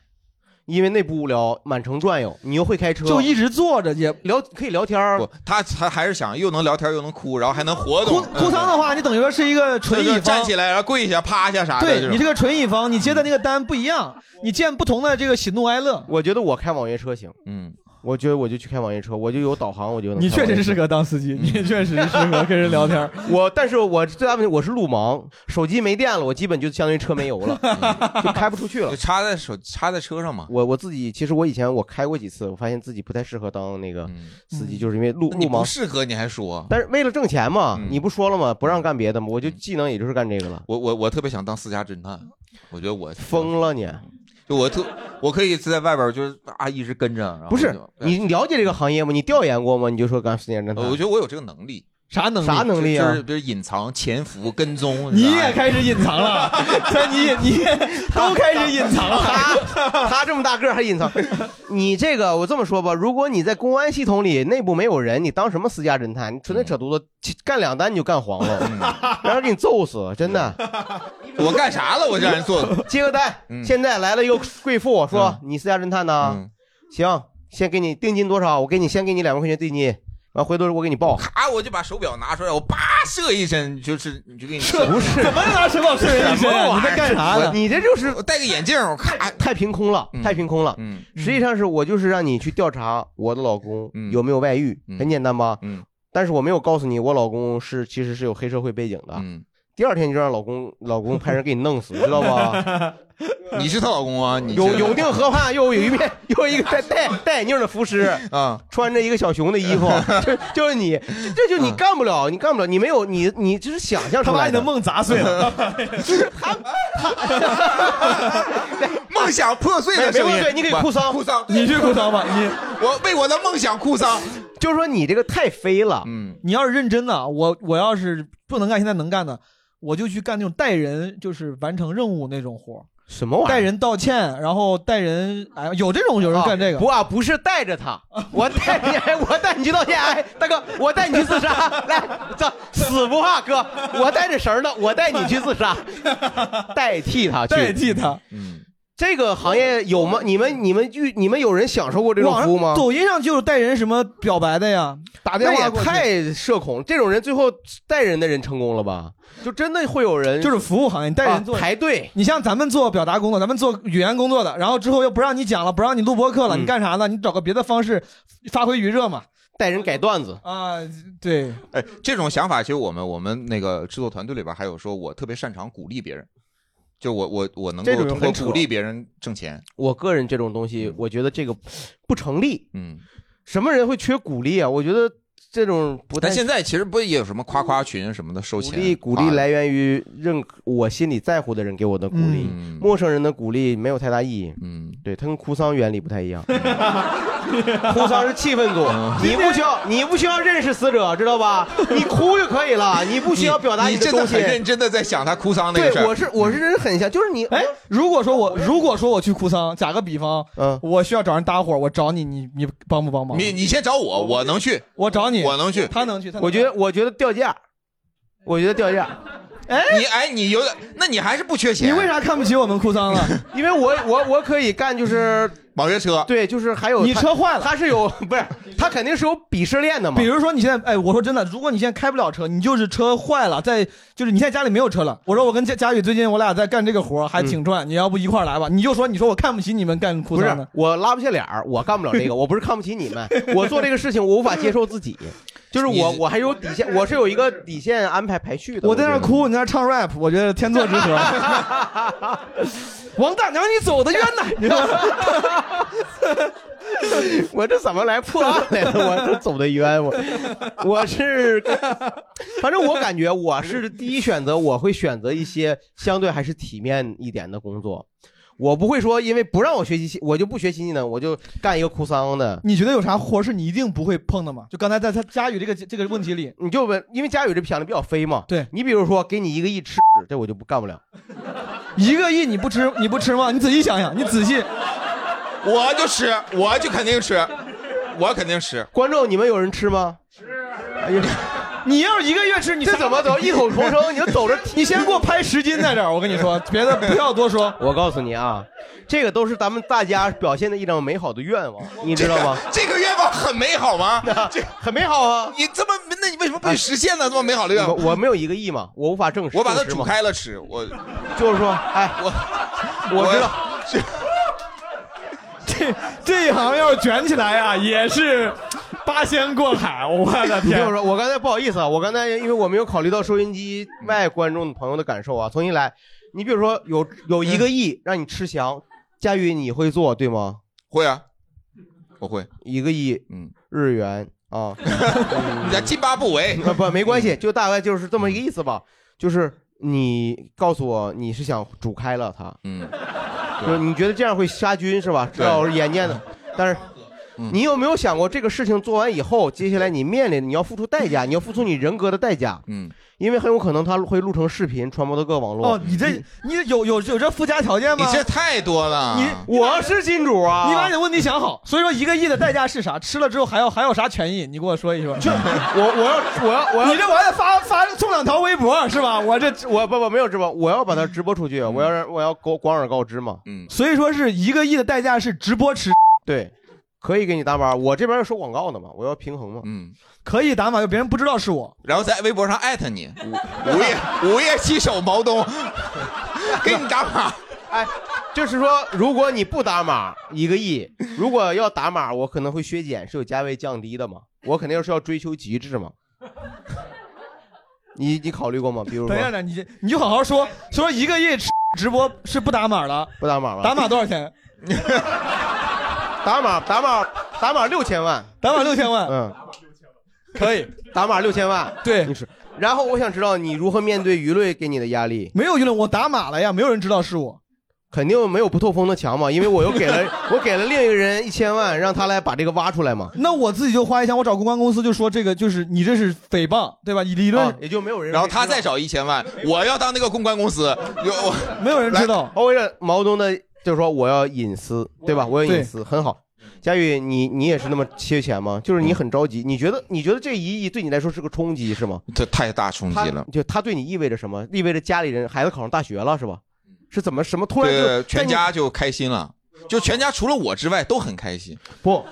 C: 因为那不无聊，满城转悠，你又会开车，
D: 就一直坐着也
C: 聊可以聊天儿。
B: 不，他他还是想又能聊天又能哭，然后还能活动。
C: 嗯
B: 嗯
D: 哭丧的话，你等于说是一个纯
B: 就
D: 乙
B: 是站
D: 方
B: 起。来，然后跪下、趴下啥的。
D: 对你这
B: 种
D: 个纯乙方，你接的那个单不一样，
C: 嗯
D: 你见不同的这个喜怒哀乐。
C: 我觉得我开网约车行，
B: 嗯，
C: 我觉得我就去开网约车，我就有导航，我就能。
D: 你确实适。合当司机，
C: 嗯
D: 你确实适合跟人聊天儿。
C: 我，但是我最大问题我是路盲，手机没电了，我基本就相当于车没油 了，就开不出去了。
B: 插在手，插在车上嘛。
C: 我我自己其实我以前我开过几次，我发现自己不太适合当那个司机，就是因为路
B: 嗯你
C: 路
B: 不
C: 盲。
B: 适合，你还说。
C: 但是为了挣钱嘛，你不说了吗？不让干别的嘛，我就技能也就是干这个了。
B: 嗯我我我特别想当私家侦探，啊我觉得我
C: 疯了你。
B: 就我特我可以在外边儿就是啊一直跟着，然后
C: 不是
B: 就哎
C: 你你了解这个行业吗？你调研过吗？你就说干私家侦探。
B: 我觉得我有这个能力。
D: 啥能
C: 力啥能力啊
B: 就就是比如隐藏、潜伏、跟踪。
D: 你
B: 是吧
D: 也开始隐藏了，所以你也你 也都开始隐藏了。
C: 他他这么大个儿还隐藏， 你这个我这么说吧，如果你在公安系统里内部没有人，你当什么私家侦探？你纯粹扯犊子，去干两单你就干黄了，然后给你揍死，真的。
B: 嗯 我干啥了？我让人做的。嗯
C: 接个单，现在来了一个贵妇，说你私家侦探呢？行，先给你定金多少？我给你先给你两万块钱定金，完回头我给你报。
B: 啊！我就把手表拿出来，我叭射一身，就是你就给你
C: 不是怎么
D: 拿手表射人一身啊
B: 你在干啥呢
C: 你这就是
B: 我戴个眼镜，我咔
C: 太凭空了，太凭空了。
B: 嗯，
C: 实际上是我就是让你去调查我的老公有没有外遇，很简单吧？
B: 嗯，
C: 但是我没有告诉你，我老公是其实是有黑社会背景的。
B: 嗯，
C: 第二天你就让老公老公派人给你弄 死，你知道吧？
B: 你是她老公啊？你
C: 永永定河畔又有一面又一个戴戴戴眼镜的服尸
B: 啊，
C: 穿着一个小熊的 衣服，就就是你，这这就是你干不了，你干不了，你没有你你这是想象出
D: 他把
C: 来
D: 你的梦砸碎 了，
B: 梦想破碎的
C: 没
B: 声
C: 没
B: 音
C: 问题，你可以哭丧
B: 哭丧，
D: 你去哭丧吧，你
B: 我为我的梦想哭丧。
C: 就是说你这个太飞了，
B: 嗯，
D: 你要是认真的，我我要是不能干现在能干的，我就去干那种带人，就是完成任务那种活儿
C: 什么玩意儿
D: 带人道歉，然后带人，哎呀，有这种有人干这个，
C: 不啊，不是带着他，我带你，哎我带你去道歉，哎，大哥，我带你去自杀， 来，这死不怕，哥， 我带着绳儿呢，我带你去自杀，代替他去，
D: 代替他，
C: 这个行业有吗？你们你们遇你们有人享受过这种
D: 网
C: 服务
D: 上？
C: 吗
D: 抖音上就有带人什么表白的呀，打电
C: 那
D: 话
C: 也
D: 过去
C: 太社恐，这种人最后带人的人成功了吧？就真的会有人
D: 就是服务行业，你带人做、
C: 啊排队。
D: 你像咱们做表达工作，咱们做语言工作的，然后之后又不让你讲了，不让你录播客
C: 嗯
D: 了，你干啥呢？你找个别的方式发挥余热嘛，
C: 带人改段子
D: 啊，对，
B: 哎，这种想法其实我们我们那个制作团队里边还有说，我特别擅长鼓励别人，就我我我能够
C: 这种
B: 通过
C: 很扯
B: 鼓励别人挣钱。
C: 我个人这种东西，我觉得这个不成立。
B: 嗯，
C: 什么人会缺鼓励啊？我觉得这种不太
B: 但现在其实不也有什么夸夸群什么的收
C: 鼓
B: 钱？
C: 励，鼓励来源于认可我心里在乎的人给我的鼓励，陌生人的鼓励没有太大意义。
B: 嗯，
C: 对，它跟哭丧原理不太 一样。哭丧是气氛组，
B: 嗯
C: 你不需要，你不需要认识死者，知道吧？啊你哭就可 以了，你不需要表达
B: 你
C: 的
B: 真的
C: 东西。
B: 很认真的在想他哭
D: 啊
B: 丧那个事
C: 对，
B: 儿。
C: 我是我是真的很像，就是你
D: 哎，如果说我如果说我去哭丧，打个比方，
C: 嗯，
D: 我需要找人搭伙，我找你，你你帮不帮忙？
B: 你你先找我，我能去，
D: 我找你，
B: 我能去，
D: 他能去，他
C: 我觉得我觉得掉价，我觉得掉价。
B: 哎，你哎你有点，那你还是不缺钱？
D: 你为啥看不起我们哭 丧了？
C: 啊因为我我我可以干就是
B: 网约车，
C: 对，就是还有
D: 你车坏了
C: 他是有不是？他肯定是有鄙视链的嘛。
D: 比如说你现在，哎，我说真的，如果你现在开不了车，你就是车坏了，在就是你现在家里没有车了。我说我跟佳佳宇最近我俩在干这个活儿，还挺赚，你要不一块儿来吧？你就说你说我看不起你们干哭
C: 嗯不
D: 丧
C: 是
D: 的，
C: 我拉不下脸儿，我干不了这个，我不是看不起你们， 我做这个事情我无法接受自己，就是我我还有底线，我是有一个底线安排排序的。
D: 我在那儿
C: 觉得，
D: 哭，你在那儿唱 rap，我觉得天作之合。 王大娘，你走的冤呐！你知道吗？
C: 我这怎么来破案来了？ 我这走的冤，我我是，反正我感觉我是第一选择，我会选择一些相对还是体面一点的工作。我不会说，因为不让我学习新，我就不学习技能，我就干一个哭丧的。
D: 你觉得有啥活儿是你一定不会碰 的吗？就刚才在他佳宇这个这个问题里，
C: 你就问，因为佳宇这想的比较飞嘛。
D: 对
C: 你比如说，给你一个亿吃屎，这我就不干不了。
D: 一个亿你不吃你不吃吗？你仔细想想，你仔细。
B: 我就吃，我就肯定吃，我肯定吃。
C: 观众，你们有人吃吗？哎呀，
D: 你要是一个月吃，你
C: 这
D: 啥
C: 怎么走？异口同声，你就
D: 。
C: 走着
D: 你先给我拍十斤在这儿，我跟你 说，别的不要多说。
C: 我告诉你啊，这个都是咱们大家表现的一张美好的愿望，你知道吗？
B: 这个愿望很美好吗？这
C: 很美好啊！
B: 你这么，那你为什么不去实现呢？这么美好的愿望，
C: 我我没有一个亿嘛，我无法证实。
B: 我把它
C: 证实
B: 煮
C: 嘛
B: 开了吃，我
C: 就是说，哎，
B: 我
C: 我知道，
D: 这这一行要是卷起来呀、
C: 啊
D: 也是八仙过海，我的
C: 你听
D: 天
C: 我！说，我刚才不好意思啊，我刚才因为我没有考虑到收音机外观众朋友的感受啊，重新来。你比如说有有一个亿让你吃香，佳宇你会做对吗？
B: 会啊，我会
C: 一个亿，
B: 嗯，
C: 日元啊，
B: 你在津巴布韦
C: 呃不不没关系，
B: 嗯
C: 就大概就是这么一个意思吧。就是你告诉我你是想煮开了它，
B: 嗯，
C: 就是你觉得这样会杀菌是吧？
B: 对嗯
C: 要是眼见的，但是。你有没有想过，这个事情做完以后，接下来你面临你要付出代价，你要付出你人格的代价，
B: 嗯，
C: 因为很有可能它会录成视频，传播到各网络。
D: 哦，你这你有有有这附加条件吗？
C: 你这
B: 太多了
D: 你
C: 我是金主啊！
D: 你把你的问题想好，所以说一个亿的代价是啥？吃了之后还要还有啥权益？你给我说一说。
C: 我我要我要我要
D: 你这我还得发发送两条微博 是吧？我这
C: 我不不没有直播，我要把它直播出去，我要让我要广广而告之嘛。
B: 嗯，
D: 所以说是一个亿的代价是直 播吃，
C: 对，可以给你打码，我这边要收广告的嘛，我要平衡嘛。
B: 嗯，
D: 可以打码，就别人不知道是我。
B: 然后在微博上艾特你， 午午夜午夜骑手毛东， 给你打码。
C: 哎，就是说，如果你不打码一个亿，如果要打码，我可能会削减，是有价位降低的嘛。我肯定是要追求极致嘛。 你你考虑过吗？比如说
D: 等一下，等一下你你就好好说说一个亿吃直播是不打码了，
C: 不打码了，
D: 打码多少钱？
C: 打码打码打码六千万，
D: 打码六千万，
C: 嗯，
D: 可以
C: 打码六千万，
D: 对，
C: 你是。然后我想知道你如何面对舆论给你的压力，
D: 没有舆论，我打码了呀，没有人知道是我。
C: 肯定没有不透风的墙嘛，因为我又给了 我给了另一个人一千万，让他来把这个挖出来嘛。
D: 那我自己就花一千，我找公关公司就说这个就是你这是诽谤，对吧？你理论、
C: 哦也就没有人
B: 然后他再找一千万，我要当那个公关公司， 有
D: 没有人知道。
C: 我为了毛泽东的，就是说我要隐私，对吧？我要隐私，很好。佳宇，你你也是那么缺钱吗？就是你很着急，你觉得你觉得这一亿对你来说是个冲击是吗？
B: 这太大冲击了
C: 他。就他对你意味着什么？意味着家里人孩子考上大学了是吧？是怎么什么突然就
B: 对，全家就开心了，就全家除了我之外都很开心。
C: 不，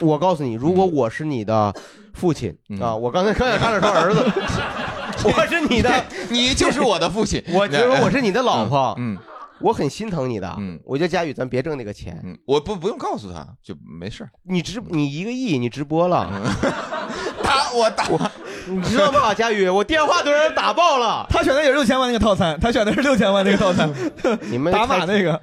C: 我告诉你，如果
B: 嗯
C: 我是你的父亲、啊，我刚才刚想差点说 儿子，我是你的，
B: 你就是我的父亲
C: 我觉得我是你的老婆，
B: 嗯，
C: 我很心疼你的，嗯，我觉得佳宇，咱别挣那个钱，
B: 嗯，我不不用告诉他，就没事
C: 你直你一个亿，你直播了，
B: 打我打
C: 我，你知道吗，佳宇，我电话都让人打爆了，
D: 他选的也是六千万那个套餐，他选的是六千万那个套餐，
C: 你们
D: 打码那个，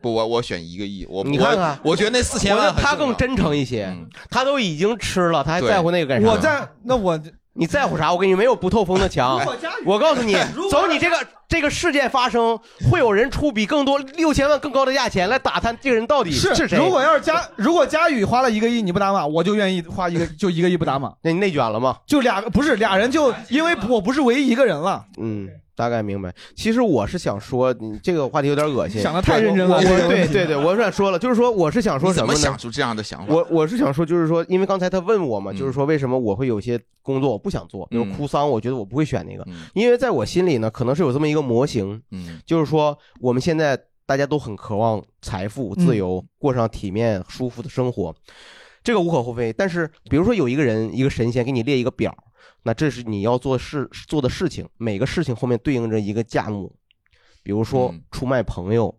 B: 不，我我选一个亿，我
C: 你看看
B: 我我觉得那四千
C: 我
B: 万
C: 觉得他
B: 很重要
C: 更真诚一些，
B: 嗯
C: 他都已经吃了，他还
B: 对
C: 在乎那个干啥？
B: 我在
D: 那我
C: 你在乎啥？我跟你没有不透风的墙
B: 如果佳。
C: 我告诉你
B: 如果，
C: 走你这个这个事件发生，会有人出比更多六千万更高的价钱来打探这个人到底
D: 是
C: 谁。
D: 如果要是佳如果佳宇花了一个亿你不打码，我就愿意花一个就一个亿不打码。
C: 那你内卷了吗？
D: 就俩个不是俩人就因为我不是唯一一个人了，
C: 嗯，大概明白。其实我是想说，你这个话题有点恶心，
D: 想得太认真了
C: 我
D: 这个
C: 我
D: 问
C: 对
D: 题
C: 对 对，我想说了，就是说我是想说
B: 你
C: 什
B: 怎
C: 么呢？
B: 想出这样的想法？
C: 我我是想说，就是说，因为刚才他问我嘛，就是说为什么我会有些工作我不想做，比如
B: 嗯
C: 哭丧，我觉得我不会选那个，因为在我心里呢，可能是有这么一个模型，
B: 嗯，
C: 就是说我们现在大家都很渴望财富、自
B: 嗯
C: 由，过上体面、舒服的生活，这个无可厚非。但是，比如说有一个人，一个神仙给你列一个表，那这是你要做事做的事情，每个事情后面对应着一个价目，比如说出卖朋友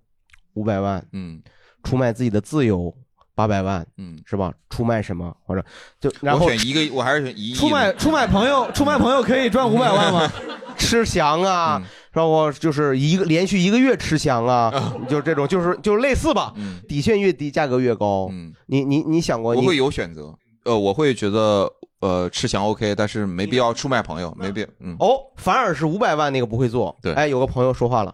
C: 五百万，
B: 嗯，
C: 出卖自己的自由八百万，
B: 嗯，
C: 是吧？出卖什么或者就然后
B: 我选一个，我还是选一亿。
D: 出卖出卖朋友出卖朋友可以赚五百万吗？ 嗯
C: 吃翔啊，然后就是一个连续一个月吃翔啊，
D: 嗯
C: 就这种就是就是类似吧，底线越低价格越高，
D: 嗯
C: 你你你想过
B: 我
C: 你
B: 会有选择，呃，我会觉得呃吃翔 OK，但是没必要出卖朋友，没必要嗯。
C: 哦，反而是五百万那个不会做。
B: 对
C: 哎，有个朋友说话了，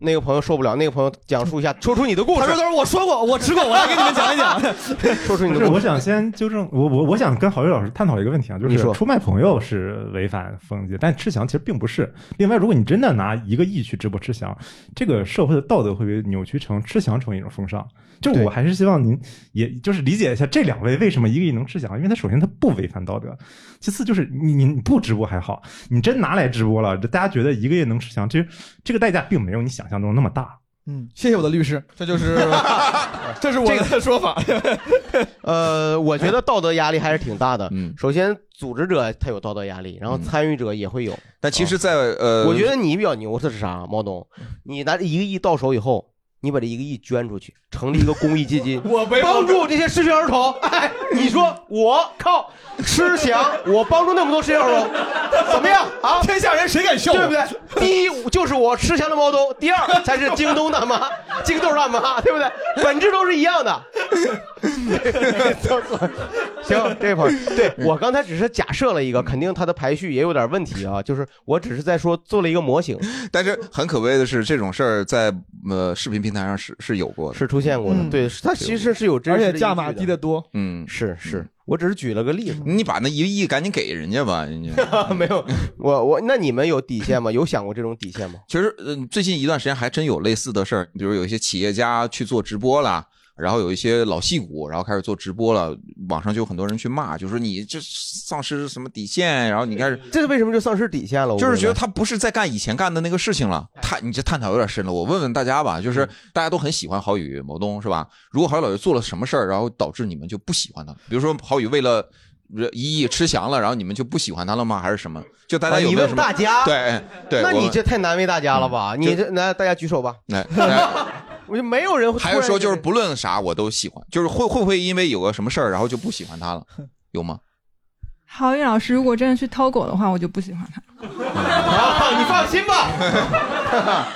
C: 那个朋友受不了，那个朋友讲述 一下，说出你的故事。
D: 他说：“他说我说过，我吃过，我来给你们讲一讲。
C: 说出你
P: 不
C: 的
P: 是，
C: 故事。
P: 我想先纠正我我我想跟郝宇老师探讨一个问题啊，就
C: 你
P: 是
C: 说
P: 出卖朋友是违反封建，但吃翔其实并不是。另外，如果你真的拿一个亿去直播吃翔，这个社会的道德会被扭曲成吃翔成为一种风尚。就我还是希望您也就是理解一下这两位为什么一个亿能吃翔，因为他首先他不违反道德，其次就是你你你不直播还好，你真拿来直播了，大家觉得一个亿能吃翔，其实这个代价并没有你想象中那么大。
D: 嗯，谢谢我的律师，这就是 这是我的说法。
C: 呃，我觉得道德压力还是挺大的。嗯，首先组织者他有道德压力，然后参与者也会有。
B: 但其实在，呃，
C: 我觉得你比较牛的是啥，毛东？你拿着一个亿到手以后，你把这一个亿捐出去，成立一个公益基金，
D: 我没
C: 帮助这些失学儿童。哎，你说我靠，吃翔，我帮助那么多失学儿童，怎么样啊？
D: 天下人谁敢笑我
C: 对不对？第一就是我吃翔的毛东，第二才是京东大妈、 京豆大妈，对不对？本质都是一样的。 行，这会儿对我刚才只是假设了一个，肯定它的排序也有点问题啊，就是我只是在说做了一个模型，
B: 但是很可悲的是，这种事儿在呃视频平台上是是有过的，
C: 是出现过的。对，它其实是有
D: 嗯
C: 真
D: 而
C: 实
D: 且
C: 的依据
D: 价码低得多。
B: 嗯，
C: 是是，我只是举了个例子。
B: 你把那一个亿赶紧给人家吧，人家。
C: 没有，我我那你们有底线吗？有想过这种底线吗？
B: 其实，嗯，最近一段时间还真有类似的事儿，比如有一些企业家去做直播啦，然后有一些老戏骨，然后开始做直播了，网上就有很多人去骂，就说你这丧失什么底线，然后你开始。
C: 这为什么就丧失底线了？我嗯
B: 就是觉得
C: 明白
B: 他不是在干以前干的那个事情了，探你这探讨有点深了。我问问大家吧，
C: 嗯
B: 就是大家都很喜欢郝宇、某东是吧？如果郝宇老师做了什么事儿，然后导致你们就不喜欢他，比如说郝宇为了一亿吃翔了，然后你们就不喜欢他了吗？还是什么？就大家
C: 啊
B: 有
C: 你
B: 没有
C: 问
B: 什么？
C: 大家
B: 对对，
C: 那
B: 我
C: 你
B: 们
C: 这太难为大家了吧？
B: 嗯
C: 你
B: 就
C: 这那大家举手吧，
B: 来。大家
C: 我就没有人会突
B: 哎还
C: 然。
B: 有说就是不论啥我都喜欢，就是会会不会因为有个什么事儿，然后就不喜欢他了？有 吗？
T: 郝宇老师如果真的去掏狗的话，我就不喜欢他。
C: 啊，你放心吧。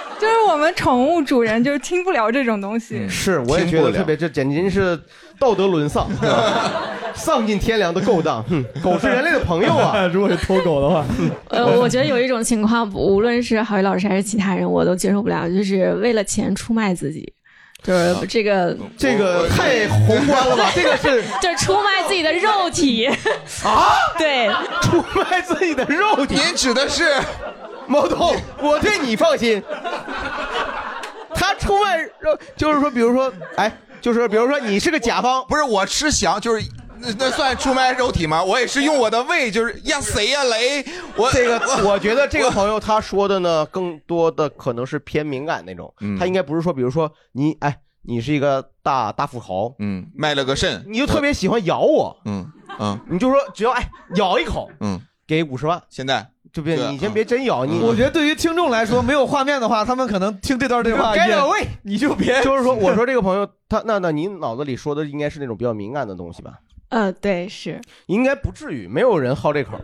T: 就是我们宠物主人就是听不了这种东西。
C: 是，我也觉得特别，这简直是道德 沦丧，丧尽天良的勾当。哼，狗是人类的朋友啊！
P: 如果是偷狗的话，
U: 呃，我觉得有一种情况，无论是郝宇老师还是其他人，我都接受不了，就是为了钱出卖自己，就是这个、
C: 这个太宏观了吧？这 个是
U: 就是出卖自己的肉体
C: 啊？
U: 对，
C: 出卖自己的肉体。
B: 您指的是
C: 毛头，我对你放心。 他出卖肉，就是说，比如说，哎，就是比如说你是个甲方，
B: 不是我吃翔，就是那那算出卖肉体吗？我也是用我的胃，就是呀谁呀雷，我
C: 这个 我觉得这个朋友他说的呢，更多的可能是偏敏感那种，他应该不是说，比如说你哎，你是一个大大富豪，
B: 嗯，卖了个肾，
C: 你就特别喜欢咬我，
B: 嗯嗯
C: 你就说只要哎咬一口，
B: 嗯，
C: 给五十万，
B: 现在
C: 就别你先别真咬你，
D: 嗯我觉得对于听众来说，没有画面的话，他们可能听这段对 话也，
C: 该两位
D: 你就别，
C: 就是说我说这个朋友他那那你脑子里说的应该是那种比较敏感的东西吧？
U: 呃，对，是，
C: 应该不至于，没有人好这口，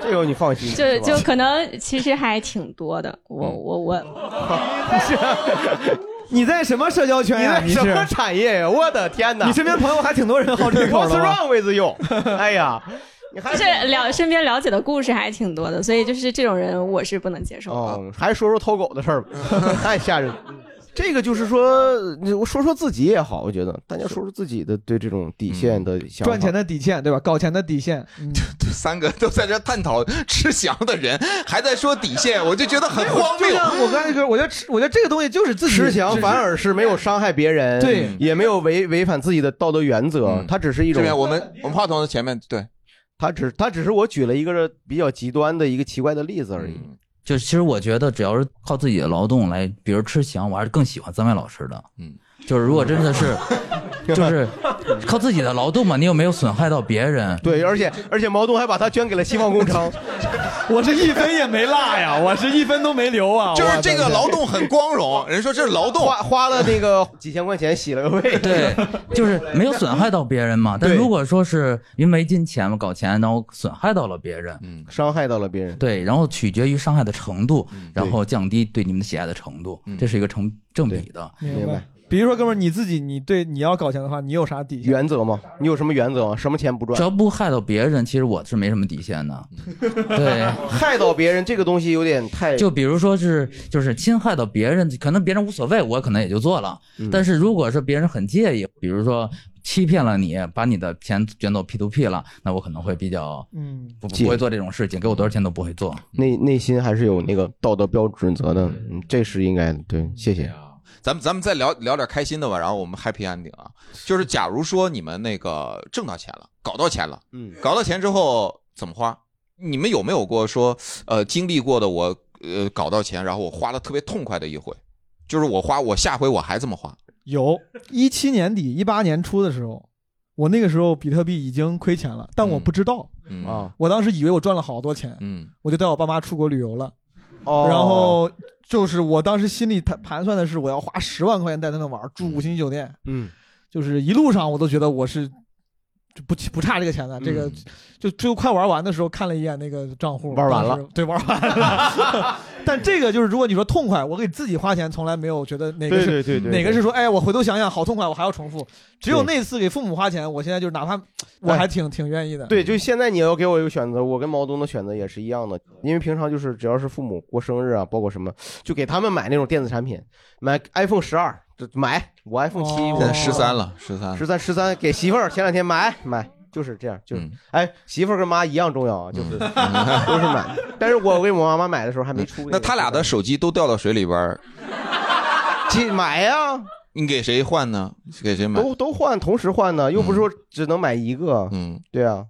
C: 这个你放心，
U: 就是
C: 吧嗯
U: 就可能其实还挺多的。我我 我，
C: 啊
D: 你在什么社交圈呀？
C: 你在什么产业呀？我的天哪！
D: 你身边朋友还挺多人好这口
C: What's
D: 的吧
C: wrong with you？哎呀，
U: 就是了身边了解的故事还挺多的，所以就是这种人我是不能接受的。
C: 哦，还是说说偷狗的事儿吧，太吓人。这个就是说，我说说自己也好，我觉得大家说说自己的对这种底线的 想法。
D: 赚钱的底线对吧？搞钱的底 线，
B: 三个都在这探讨吃翔的人，还在说底线，我就觉得很荒
D: 就像我
B: 谬。
D: 刚才说，我觉得吃，我觉得这个东西就是 自己
C: 吃翔反而
D: 是
C: 是没有伤害别人，
D: 对，
C: 也没有违违反自己的道德原则，它只是
B: 这
C: 一种。
B: 边我 们我们话筒的前面，对，
C: 它只它只是我举了一个比较极端的一个奇怪的例子而已。
I: 就是其实我觉得，只要是靠自己的劳动来，比如吃翔，我还是更喜欢三位老师的。
B: 嗯，
I: 就是如果真的是，就是靠自己的劳动嘛，你又没有损害到别人。
C: 对，
D: 嗯
C: 而且而且毛东还把它捐给了希望工程，
D: 我是一分也没落呀，我是一分都没留啊。
B: 就是这个劳动很光荣，人说这是劳动，
C: 花花了那个几千块钱洗了个胃。
I: 对，就是没有损害到别人嘛。但如果说是因为金钱嘛搞钱，然后损害到了别人，
B: 嗯，
C: 伤害到了别人，嗯
I: 对，然后取决于伤害的程度，然后降低对你们的喜爱的程度，这是一个成正比的。
D: 明白。比如说，哥们儿，你自己，你对你要搞钱的话，你有啥底线？
C: 原则吗？你有什么原则吗？什么钱不赚？
I: 只要不害到别人，其实我是没什么底线的。对，
C: 害到别人这个东西有点太
I: 就比如说是就是侵害到别人，可能别人无所谓，我可能也就做了。
C: 嗯
I: 但是如果是别人很介意，比如说欺骗了你，把你的钱卷走 P to P 了，那我可能会比较
D: 嗯
I: 不
C: 介意
I: 不会做这种事情，给我多少钱都不会做。
C: 内内心还是有那个道德标准则的，嗯，这是应该的。对，谢谢。
B: 咱们咱们再聊聊点开心的吧，然后我们 happy ending 啊，就是假如说你们那个挣到钱了，搞到钱了，
C: 嗯，
B: 搞到钱之后怎么花？你们有没有过说呃经历过的我呃搞到钱，然后我花的特别痛快的一回，就是我花我下回我还这么花，
D: 有，一七年底一八年初的时候，我那个时候比特币已经亏钱了，但我不知道，
B: 嗯
C: 啊，
D: 我当时以为我赚了好多钱，
B: 嗯，
D: 我就带我爸妈出国旅游了。
C: 哦
D: 然后就是我当时心里盘盘算的是，我要花十万块钱带他们玩儿，住五星级酒店，
C: 嗯，
D: 就是一路上我都觉得我是就不不差这个钱的，这个
C: 嗯
D: 就最后快玩完的时候看了一眼那个账户，
C: 玩完了
D: 当时对，玩完了。 但这个就是如果你说痛快，我给自己花钱从来没有觉得哪个是
C: 对对对对
D: 哪个是说哎我回头想想好痛快，我还要重复。只有
C: 对哎
D: 那次给父母花钱，我现在就是哪怕我还挺挺愿意的。
C: 对，就现在你要给我一个选择，我跟毛东的选择也是一样的，因为平常就是只要是父母过生日啊，包括什么，就给他们买那种电子产品，买 iPhone 十二，就买我 iPhone 七，
B: 现在十三了，十三，
C: 十三十三给媳妇儿前两天买买，就是这样，就是、
B: 嗯
C: 哎，媳妇儿跟妈一样重要 啊，就是、都是买，但是我给我妈妈买的时候还没出、
B: 那他俩的手机都掉到水里边儿，
C: 去买呀、
B: 你给谁换呢？给 谁买？
C: 都都换，同时换呢，又不是说只能买一个，
B: 嗯，
C: 对啊，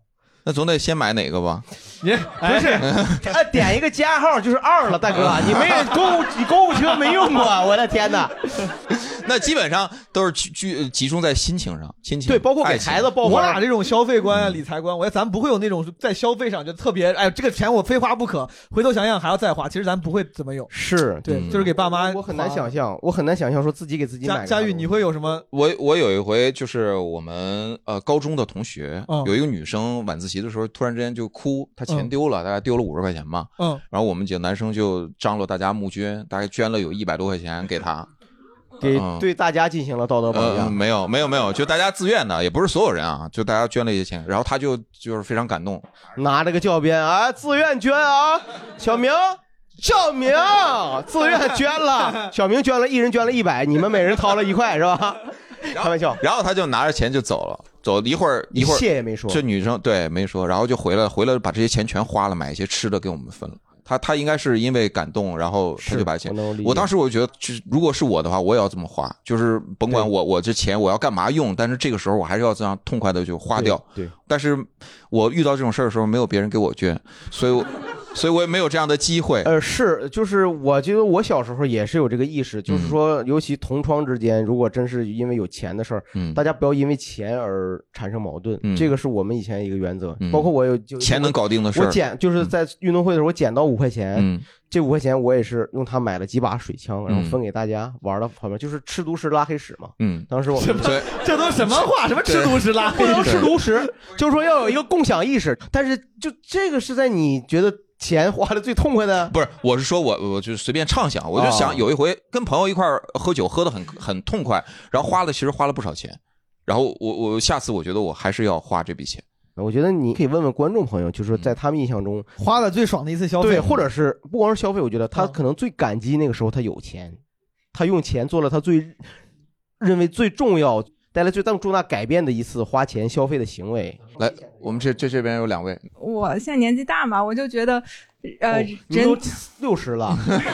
B: 那总得先买哪个吧？
D: 你
C: 不是， 啊， 点一个加号就是二了，大哥， 你没有购物，你购物车没用过， 我的天哪！
B: 那基本上都是聚聚呃集中在心情上，心情
D: 对，包括给
B: 爱情
D: 孩子报我俩这种消费观啊、理财观，我觉得咱不会有那种在消费上就特别，哎，这个钱我非花不可，回头想想还要再花。其实咱不会怎么有，
B: 嗯
C: 是
D: 对，就是嗯给爸妈。我很
C: 很难想。象，我很难想象说自己给自己买
D: 佳
C: 个
D: 佳玉，你会有什么？
B: 我我有一回就是我们呃高中的同学
D: 嗯，
B: 有一个女生晚自习的时候突然之间就哭，她钱
D: 嗯
B: 丢了，大概丢了五十块钱吧。
D: 嗯，
B: 然后我们几个男生就张罗大家募捐，大概捐了有一百多块钱给 她。
C: 给
B: 嗯
C: 对大家进行了道德绑
B: 呃，
C: 架。
B: 没有没有没有，就大家自愿的，也不是所有人啊，就大家捐了一些钱，然后她就就是非常感动，
C: 拿着个教鞭啊，自愿捐啊，小明。小明自愿捐了，小明捐了，一人捐了一百，你们每人掏了一块是吧？开玩笑，
B: 然后她就拿着钱就走了，走了一会儿一会儿
C: 谢也没说
B: 这女生对没说，然后就回来回来把这些钱全花了，买一些吃的给我们分了。他他应该是因为感动，然后他就把钱。
C: 我
B: 我当时我就觉得，就是如果是我的话，我也要这么花，就是甭管我我这钱我要干嘛用，但是这个时候我还是要这样痛快的就花掉。
C: 对，
B: 但是我遇到这种事儿的时候，没有别人给我捐，所以我 所以我也没有这样的机会。
C: 呃，是，就是我觉得我小时候也是有这个意识，
B: 嗯
C: 就是说，尤其同窗之间，如果真是因为有钱的事儿，
B: 嗯
C: 大家不要因为钱而产生矛盾，
B: 嗯
C: 这个是我们以前一个原则。
B: 嗯
C: 包括我有就
B: 钱能搞定的事儿
C: 我捡就是在运动会的时候，我捡到五块钱，
B: 嗯
C: 这五块钱我也是用它买了几把水枪，然后
B: 嗯
C: 分给大家玩到旁边，就是吃独食拉黑屎嘛。
B: 嗯，
C: 当时我
B: 什么对 这都什么话什么吃独食拉黑
C: 不
B: 屎
C: 能吃独食，就是说要有一个共享意识。但是就这个是在你觉得钱花的最痛快的，
B: 不是，我是说我我就随便畅想，我就
C: 哦
B: 想有一回跟朋友一块儿喝酒，喝的很很痛快，然后花了其实花了不少钱，然后我我下次我觉得我还是要花这笔钱。
C: 我觉得你可以问问观众朋友，就是说在他们印象中，
D: 嗯花的最爽的一次消费，嗯
C: 对，或者是不光是消费，我觉得他可能最感激那个时候他有钱，他用钱做了他最认为最重要、带来最大重大改变的一次花钱消费的行为。
B: 来，我们这这这边有两位，
T: 我现在年纪大嘛，我就觉得，呃，
C: 你
T: 人
C: 哦都六十 了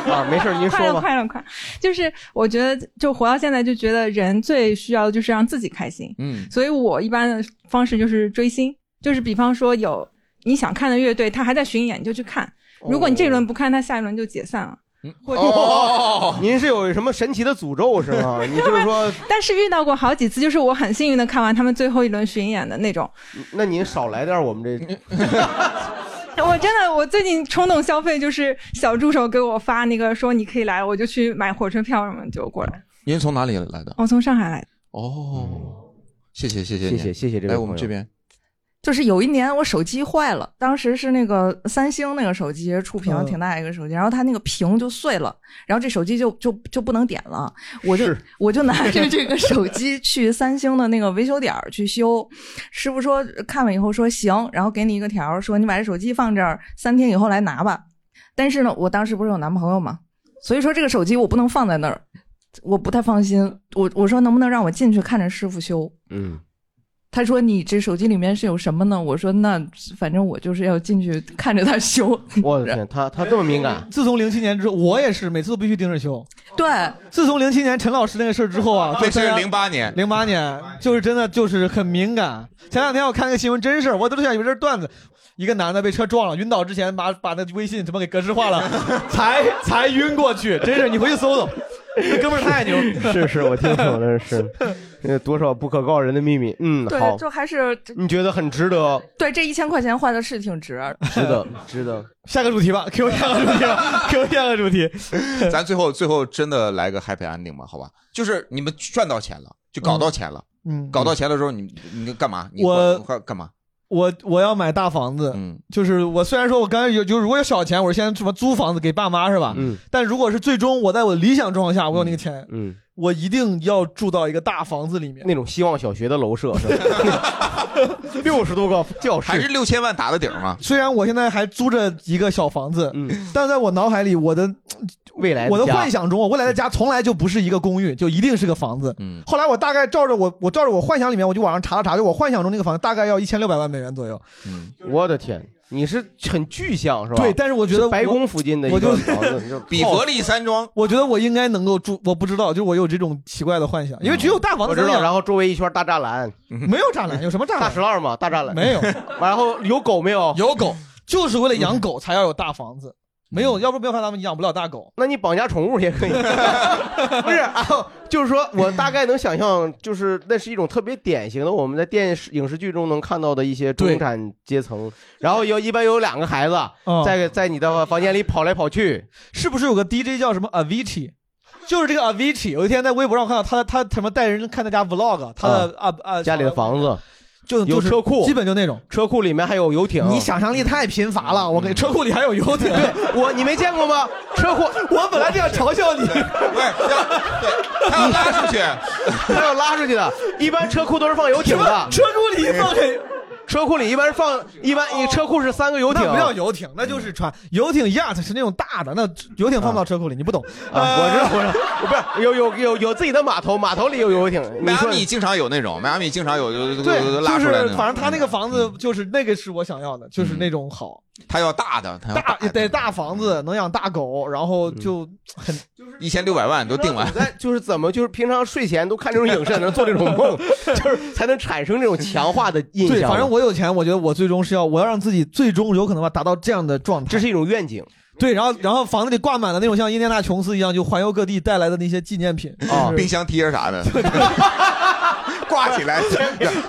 C: 啊，没事儿，您
T: 快
C: 说
T: 乐
C: 吧。
T: 快乐快乐，就是我觉得就活到现在就觉得人最需要的就是让自己开心，
B: 嗯
T: 所以我一般的方式就是追星，就是比方说有你想看的乐队，他还在巡演，你就去看。如果你这一轮不看，他下一轮就解散了。或者
C: 哦， 您是有什么神奇的诅咒是 吗？你就是说，
T: 但是遇到过好几次，就是我很幸运的看完他们最后一轮巡演的那种。
C: 那您少来点儿我们这
T: 我真的，我最近冲动消费就是小助手给我发那个说你可以来，我就去买火车票什么就过来。
B: 您从哪里来的？
T: 我从上海来的。
B: 哦，谢谢谢谢
C: 谢
B: 谢
C: 谢谢谢这位
B: 来我们
C: 朋友
B: 这边，
A: 就是有一年我手机坏了，当时是那个三星那个手机触屏
V: 嗯
A: 挺大一个手机，然后它那个屏就碎了，然后这手机就就就不能点了，我就是我就拿着这个手机去三星的那个维修点儿去修，师傅说看完以后说行，然后给你一个条儿说你把这手机放这儿，三天以后来拿吧。但是呢，我当时不是有男朋友嘛，所以说这个手机我不能放在那儿，我不太放心，我我说能不能让我进去看着师傅修，
C: 嗯，
A: 他说：“你这手机里面是有什么呢？”我说：“那反正我就是要进去看着他修。
C: 我的天，他他这么敏感，
D: 自从零七年之后，我也是每次都必须盯着修。
A: 对，
D: 自从零七年陈老师那个事儿之后啊，
B: 那是
D: 零
B: 08年，
D: 零八年就是真的就是很敏感。前两天我看那个新闻，真事儿，我都想以为这是段子。一个男的被车撞了，晕倒之前把把那微信他妈给格式化了， 才才晕过去。真是你回去搜搜，这哥们儿太牛。
C: 是是，我听懂了，是，那多少不可告人的秘密。嗯，好
A: 对，，就还是
C: 你觉得很值得，
A: 对这一千块钱换的是挺值。
C: 值得，值得。
D: 下个主题吧，给我 下个主题吧，给我下个主题。
B: 咱最后最后真的来个 happy ending 吧，好吧？就是你们赚到钱了，就搞到钱了，
D: 嗯
B: 搞到钱了之后你你干嘛？你
D: 我
B: 干干嘛？
D: 我我要买大房子，就是我虽然说我刚才有就如果有小钱，我是先什么租房子给爸妈是吧？
C: 嗯，
D: 但如果是最终我在我理想状况下，我有那个钱，
C: 嗯，
D: 我一定要住到一个大房子里面，
C: 那种希望小学的楼舍是 六十多个教室，
B: 还是六千万打的底儿吗？
D: 虽然我现在还租着一个小房子，但在我脑海里，我的
C: 未嗯来的啊
D: 我的
C: 家
D: 幻想中，我未来的家从来就不是一个公寓，就一定是个房子。
B: 嗯，
D: 后来我大概照着我我照着我幻想里面，我就网上查了查，就我幻想中那个房子大概要一千六百万美元左右。
C: 我的天，你是很具象嗯是吧？
D: 对，但是我觉得我
C: 白宫附近的一
D: 我
C: 个
D: 就
C: 房子， 就
B: 山庄，
D: 我觉得我应该能够住，我不知道，就是我有这种奇怪的幻想，因为只有大房子
C: 我
D: 才
C: 知
D: 能养，
C: 道，然后周围一圈大栅栏，
D: 没有栅栏，有什么栅栏？
C: 大石栏嘛，大栅栏
D: 没有。
C: 然后有狗没有？
D: 有狗，就是为了养狗才要有大房子，没有，要不没有大房子养不了大狗。
C: 那你绑架宠物也可以， 不是啊？就是说我大概能想象，就是那是一种特别典型的我们在电视影视剧中能看到的一些中产阶层，然后有一般有两个孩子
D: 嗯
C: 在在你的房间里跑来跑去，
D: 是不是有个 DJ 叫什么 Avicii？就是这个 Avicii，有一天在微博上看到他他他什么带人看他家 vlog，他
C: 嗯
D: 的啊啊
C: 家里的房子
D: 就
C: 有
D: 就是
C: 车库，
D: 基本就那种
C: 车库里面还有游艇。
D: 你想象力太贫乏了，我跟你车库里还有游艇，
C: 嗯对我你没见过吗？车库，
D: 我本来就要嘲笑你，
B: 他要拉出去，
C: 他要拉出去的。一般车库都是放游艇的，哎
D: 车库里放给。
C: 车库里一般是放一般，一车库是三个哦游艇，
D: 那不叫游艇，那就是船。游艇 yacht 是那种大的，那游艇放不到车库里，你不懂。呃
C: 啊，我知道，我知道，不是有有有有自己的码头，码头里有游艇。
B: 迈
C: 你
B: 阿
C: 说
B: 密经常有那种，迈阿密经常有就就
D: 对，
B: 拉
D: 就
B: 出来
D: 是
B: 那种。
C: 嗯
D: 反正他那个房子就是那个是我想要的，就是那种好。
B: 他要大的，他要
D: 大得大房
C: 嗯
D: 子，能养大狗，然后就很
B: 一千六百万都定完。
C: 就是怎么就是平常睡前都看这种影视，才能做这种 梦，就是才能产生这种强化的印象。
D: 对，反正我有钱，我觉得我最终是要，我要让自己最终有可能吧达到这样的状态，这
C: 是一种愿景。
D: 对，然后然后房子里挂满了那种像印第安纳琼斯一样就环游各地带来的那些纪念品
B: 啊，冰箱贴啥的， 挂起 来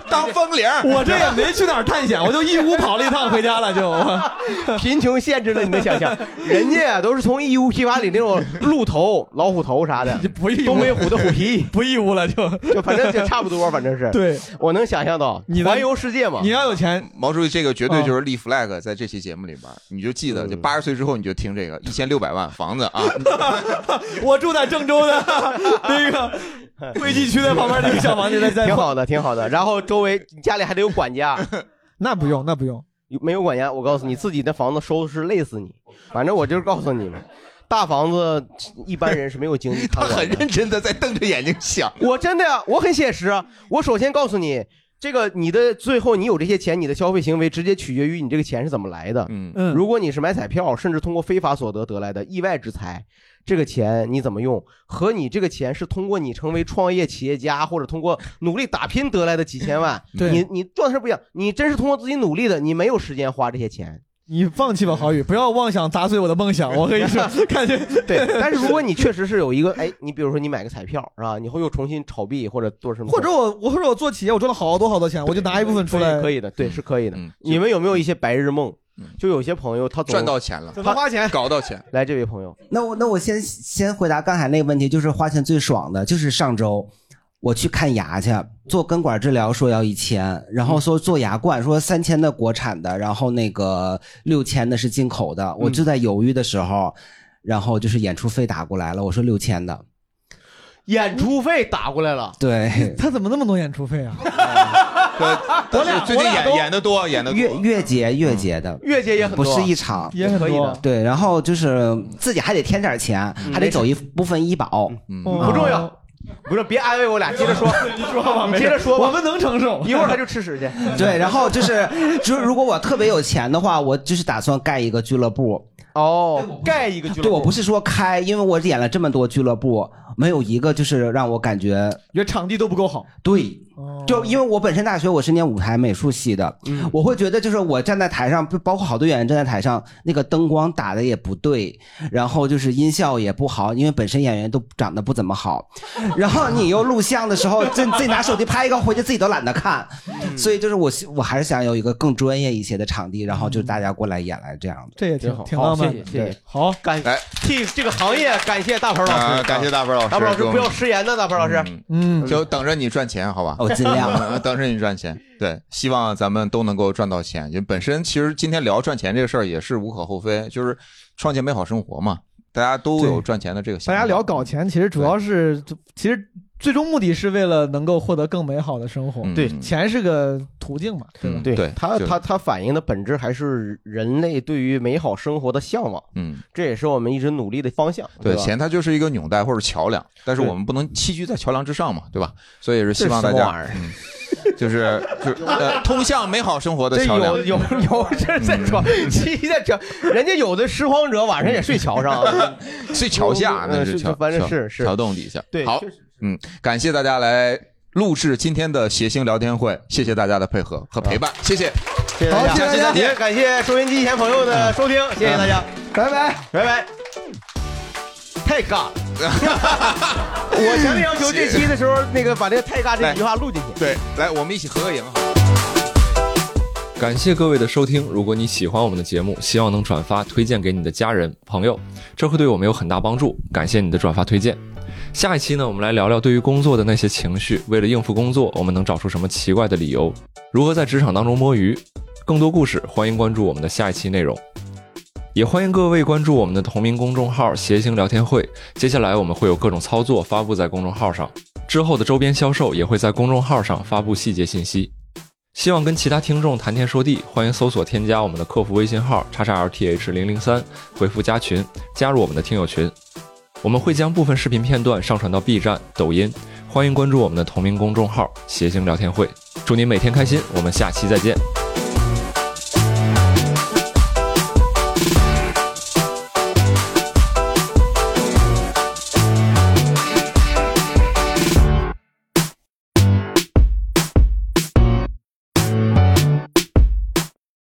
B: 当风铃。
D: 我这也没去哪儿探险，我就义乌跑了一趟回家了就。
C: 贫穷限 制了你的想象，人家啊都是从义乌批发里那种鹿头、老虎头啥 的，
D: 不义乌
C: 东北虎的虎皮，
D: 不义乌了就
C: 就反正就差不多，反正是。
D: 对，
C: 我能想象到
D: 你的
C: 环游世界嘛，
D: 你要有钱，啊
B: 毛主席这个绝对就是立 flag，在这期节目里边，你就记得，就八十岁之后你就听这个一千六百万房子啊，
D: 我住在郑州 的那个惠济区的旁边那个小房子在在
C: 挺好的，挺好的。然后周围家里还得有管家，
D: 那不用，那不用，
C: 没有管家，我告诉你，自己的房子收拾累死你。反正我就是告诉你们，大房子一般人是没有精 力
B: 他
C: 看完的。
B: 很认真的在瞪着眼睛想。
C: 我真的呀、我很写实啊。我首先告诉你，这个你的最后你有这些钱，你的消费行为直接取决于你这个钱是怎么来的。
B: 嗯
D: 嗯，
C: 如果你是买彩票，甚至通过非法所得得来的意外之财，这个钱你怎么用，和你这个钱是通过你成为创业企业家或者通过努力打拼得来的几千万，
D: 对
C: 你你状态是不一样。你真是通过自己努力的，你没有时间花这些钱。
D: 你放弃吧，郝宇，不要妄想砸碎我的梦 想。 我跟 你说，看见
C: 对，但是如果你确实是有一个，哎，你比如说你买个彩票是吧，你会又重新炒币或者做什么，
D: 或者我我或者我做企业，我赚了好多好多钱，我就拿一部分出来。
C: 可以的，对，是可以的。
D: 嗯
C: 你们有没有一些白日梦？就有些朋友他总
B: 赚到钱了，
C: 他
D: 花钱
B: 搞到钱？
C: 来，这位朋友，
M: 那我那我先先回答刚才那个问题，就是花钱最爽的，就是上周我去看牙去，做根管治疗说要一千，然后说做牙冠说三千的国产的，然后那个六千的是进口的，
B: 嗯
M: 我就在犹豫的时候，然后就是演出费打过来了，我说六千的，
C: 演出费打过来了，
M: 对，
D: 他怎么那么多演出费啊？
B: 我俩最近演演的多，演的多。嗯
M: 月月结月结的，
C: 月结也很
M: 不
C: 多
M: 是一场，
D: 啊也很多也可以的
M: 对，然后就是自己还得添点钱，
C: 嗯
M: 还得走一部分医保，
D: 嗯
C: 不重要，
D: 哦
C: 不是别安慰我俩，接着 说，你说
D: 吧没事
C: 接着说吧，
D: 我们能承受
C: 一会儿他就吃屎去，
M: 对，然后就是，就是如果我特别有钱的话，我就是打算盖一个俱乐部。
C: 哦，盖一个俱乐部，
M: 对我不是说开，因为我演了这么多俱乐部，没有一个就是让我感觉
D: 觉得场地都不够好。
M: 对，
C: 哦
M: 就因为我本身大学我是念舞台美术系的，
C: 嗯
M: 我会觉得就是我站在台上，包括好多演员站在台上，那个灯光打的也不对，然后就是音效也不好，因为本身演员都长得不怎么 好，然后你又录像的时候，自自己拿手机拍一个回去自己都懒得看，
C: 嗯
M: 所以就是我希我还是想有一个更专业一些的场地，然后就是大家过来演来这样的，
D: 这也挺挺浪漫的。
C: 谢谢谢谢
D: 好，
C: 感替这个行业感谢大鹏老
B: 啊
C: 师，
B: 感谢大鹏老师
C: 大鹏老师
B: 给我
C: 不
B: 们
C: 要食言的，大鹏老师，
D: 嗯，
B: 就等着你赚钱，好吧？
M: 我
C: 哦
M: 尽量
B: 嗯 等着你赚钱。对，希望咱们都能够赚到钱。因为本身其实今天聊赚钱这个事儿也是无可厚非，就是创建美好生活嘛，大家都有赚钱的这个
D: 大
B: 想法。
D: 家聊搞钱，其实主要是，其实最终目的是为了能够获得更美好的生活。
M: 嗯
C: 对
D: 钱是个途径嘛，对吧？
C: 对
B: 对
C: 它
B: 就是
C: 它它反映的本质还是人类对于美好生活的向往，
B: 嗯，
C: 这也是我们一直努力的方向。
B: 对，
C: 吧
B: 钱它就是一个纽带或者桥梁，但是
C: 对
B: 我们不能栖居在桥梁之上嘛，对吧？所以是希望大
C: 这是什么
B: 家
C: 玩意儿，
B: 嗯就是就是呃，通向美好生活的
C: 这
B: 桥梁
C: 有。有有，这再说，七在这，人家有的拾荒者晚上也睡桥 上，啊
B: 睡桥下，那
C: 嗯
B: 是桥，
C: 反正
B: 桥
C: 是是
B: 桥洞底下。
C: 对
B: 好
C: 确实，
B: 嗯，感谢大家来录制今天的谐星聊天会，谢谢大家的配合和陪伴，谢谢，
C: 啊谢谢大家，
B: 下期再见
C: 也。感谢收音机前朋友的
B: 嗯
C: 收听，谢谢大家，
D: 拜拜，
C: 拜拜。太尬了， 我强烈要求这期的时候，那个把这个太尬这几句话录进去。
B: 对， 来，我们一起合个影好。
E: 感谢各位的收听。如果你喜欢我们的节目，希望能转发推荐给你的家人朋友，这会对我们有很大帮助。感谢你的转发推荐。下一期呢，我们来聊聊对于工作的那些情绪。为了应付工作，我们能找出什么奇怪的理由？如何在职场当中摸鱼？更多故事，欢迎关注我们的下一期内容。也欢迎各位关注我们的同名公众号“谐星聊天会”。接下来我们会有各种操作发布在公众号上，之后的周边销售也会在公众号上发布细节信息。希望跟其他听众谈天说地，欢迎搜索添加我们的客服微信号叉叉 LTH 零零三，回复加群，加入我们的听友群。我们会将部分视频片段上传到 B 站、抖音，欢迎关注我们的同名公众号“谐星聊天会”。祝您每天开心，我们下期再见。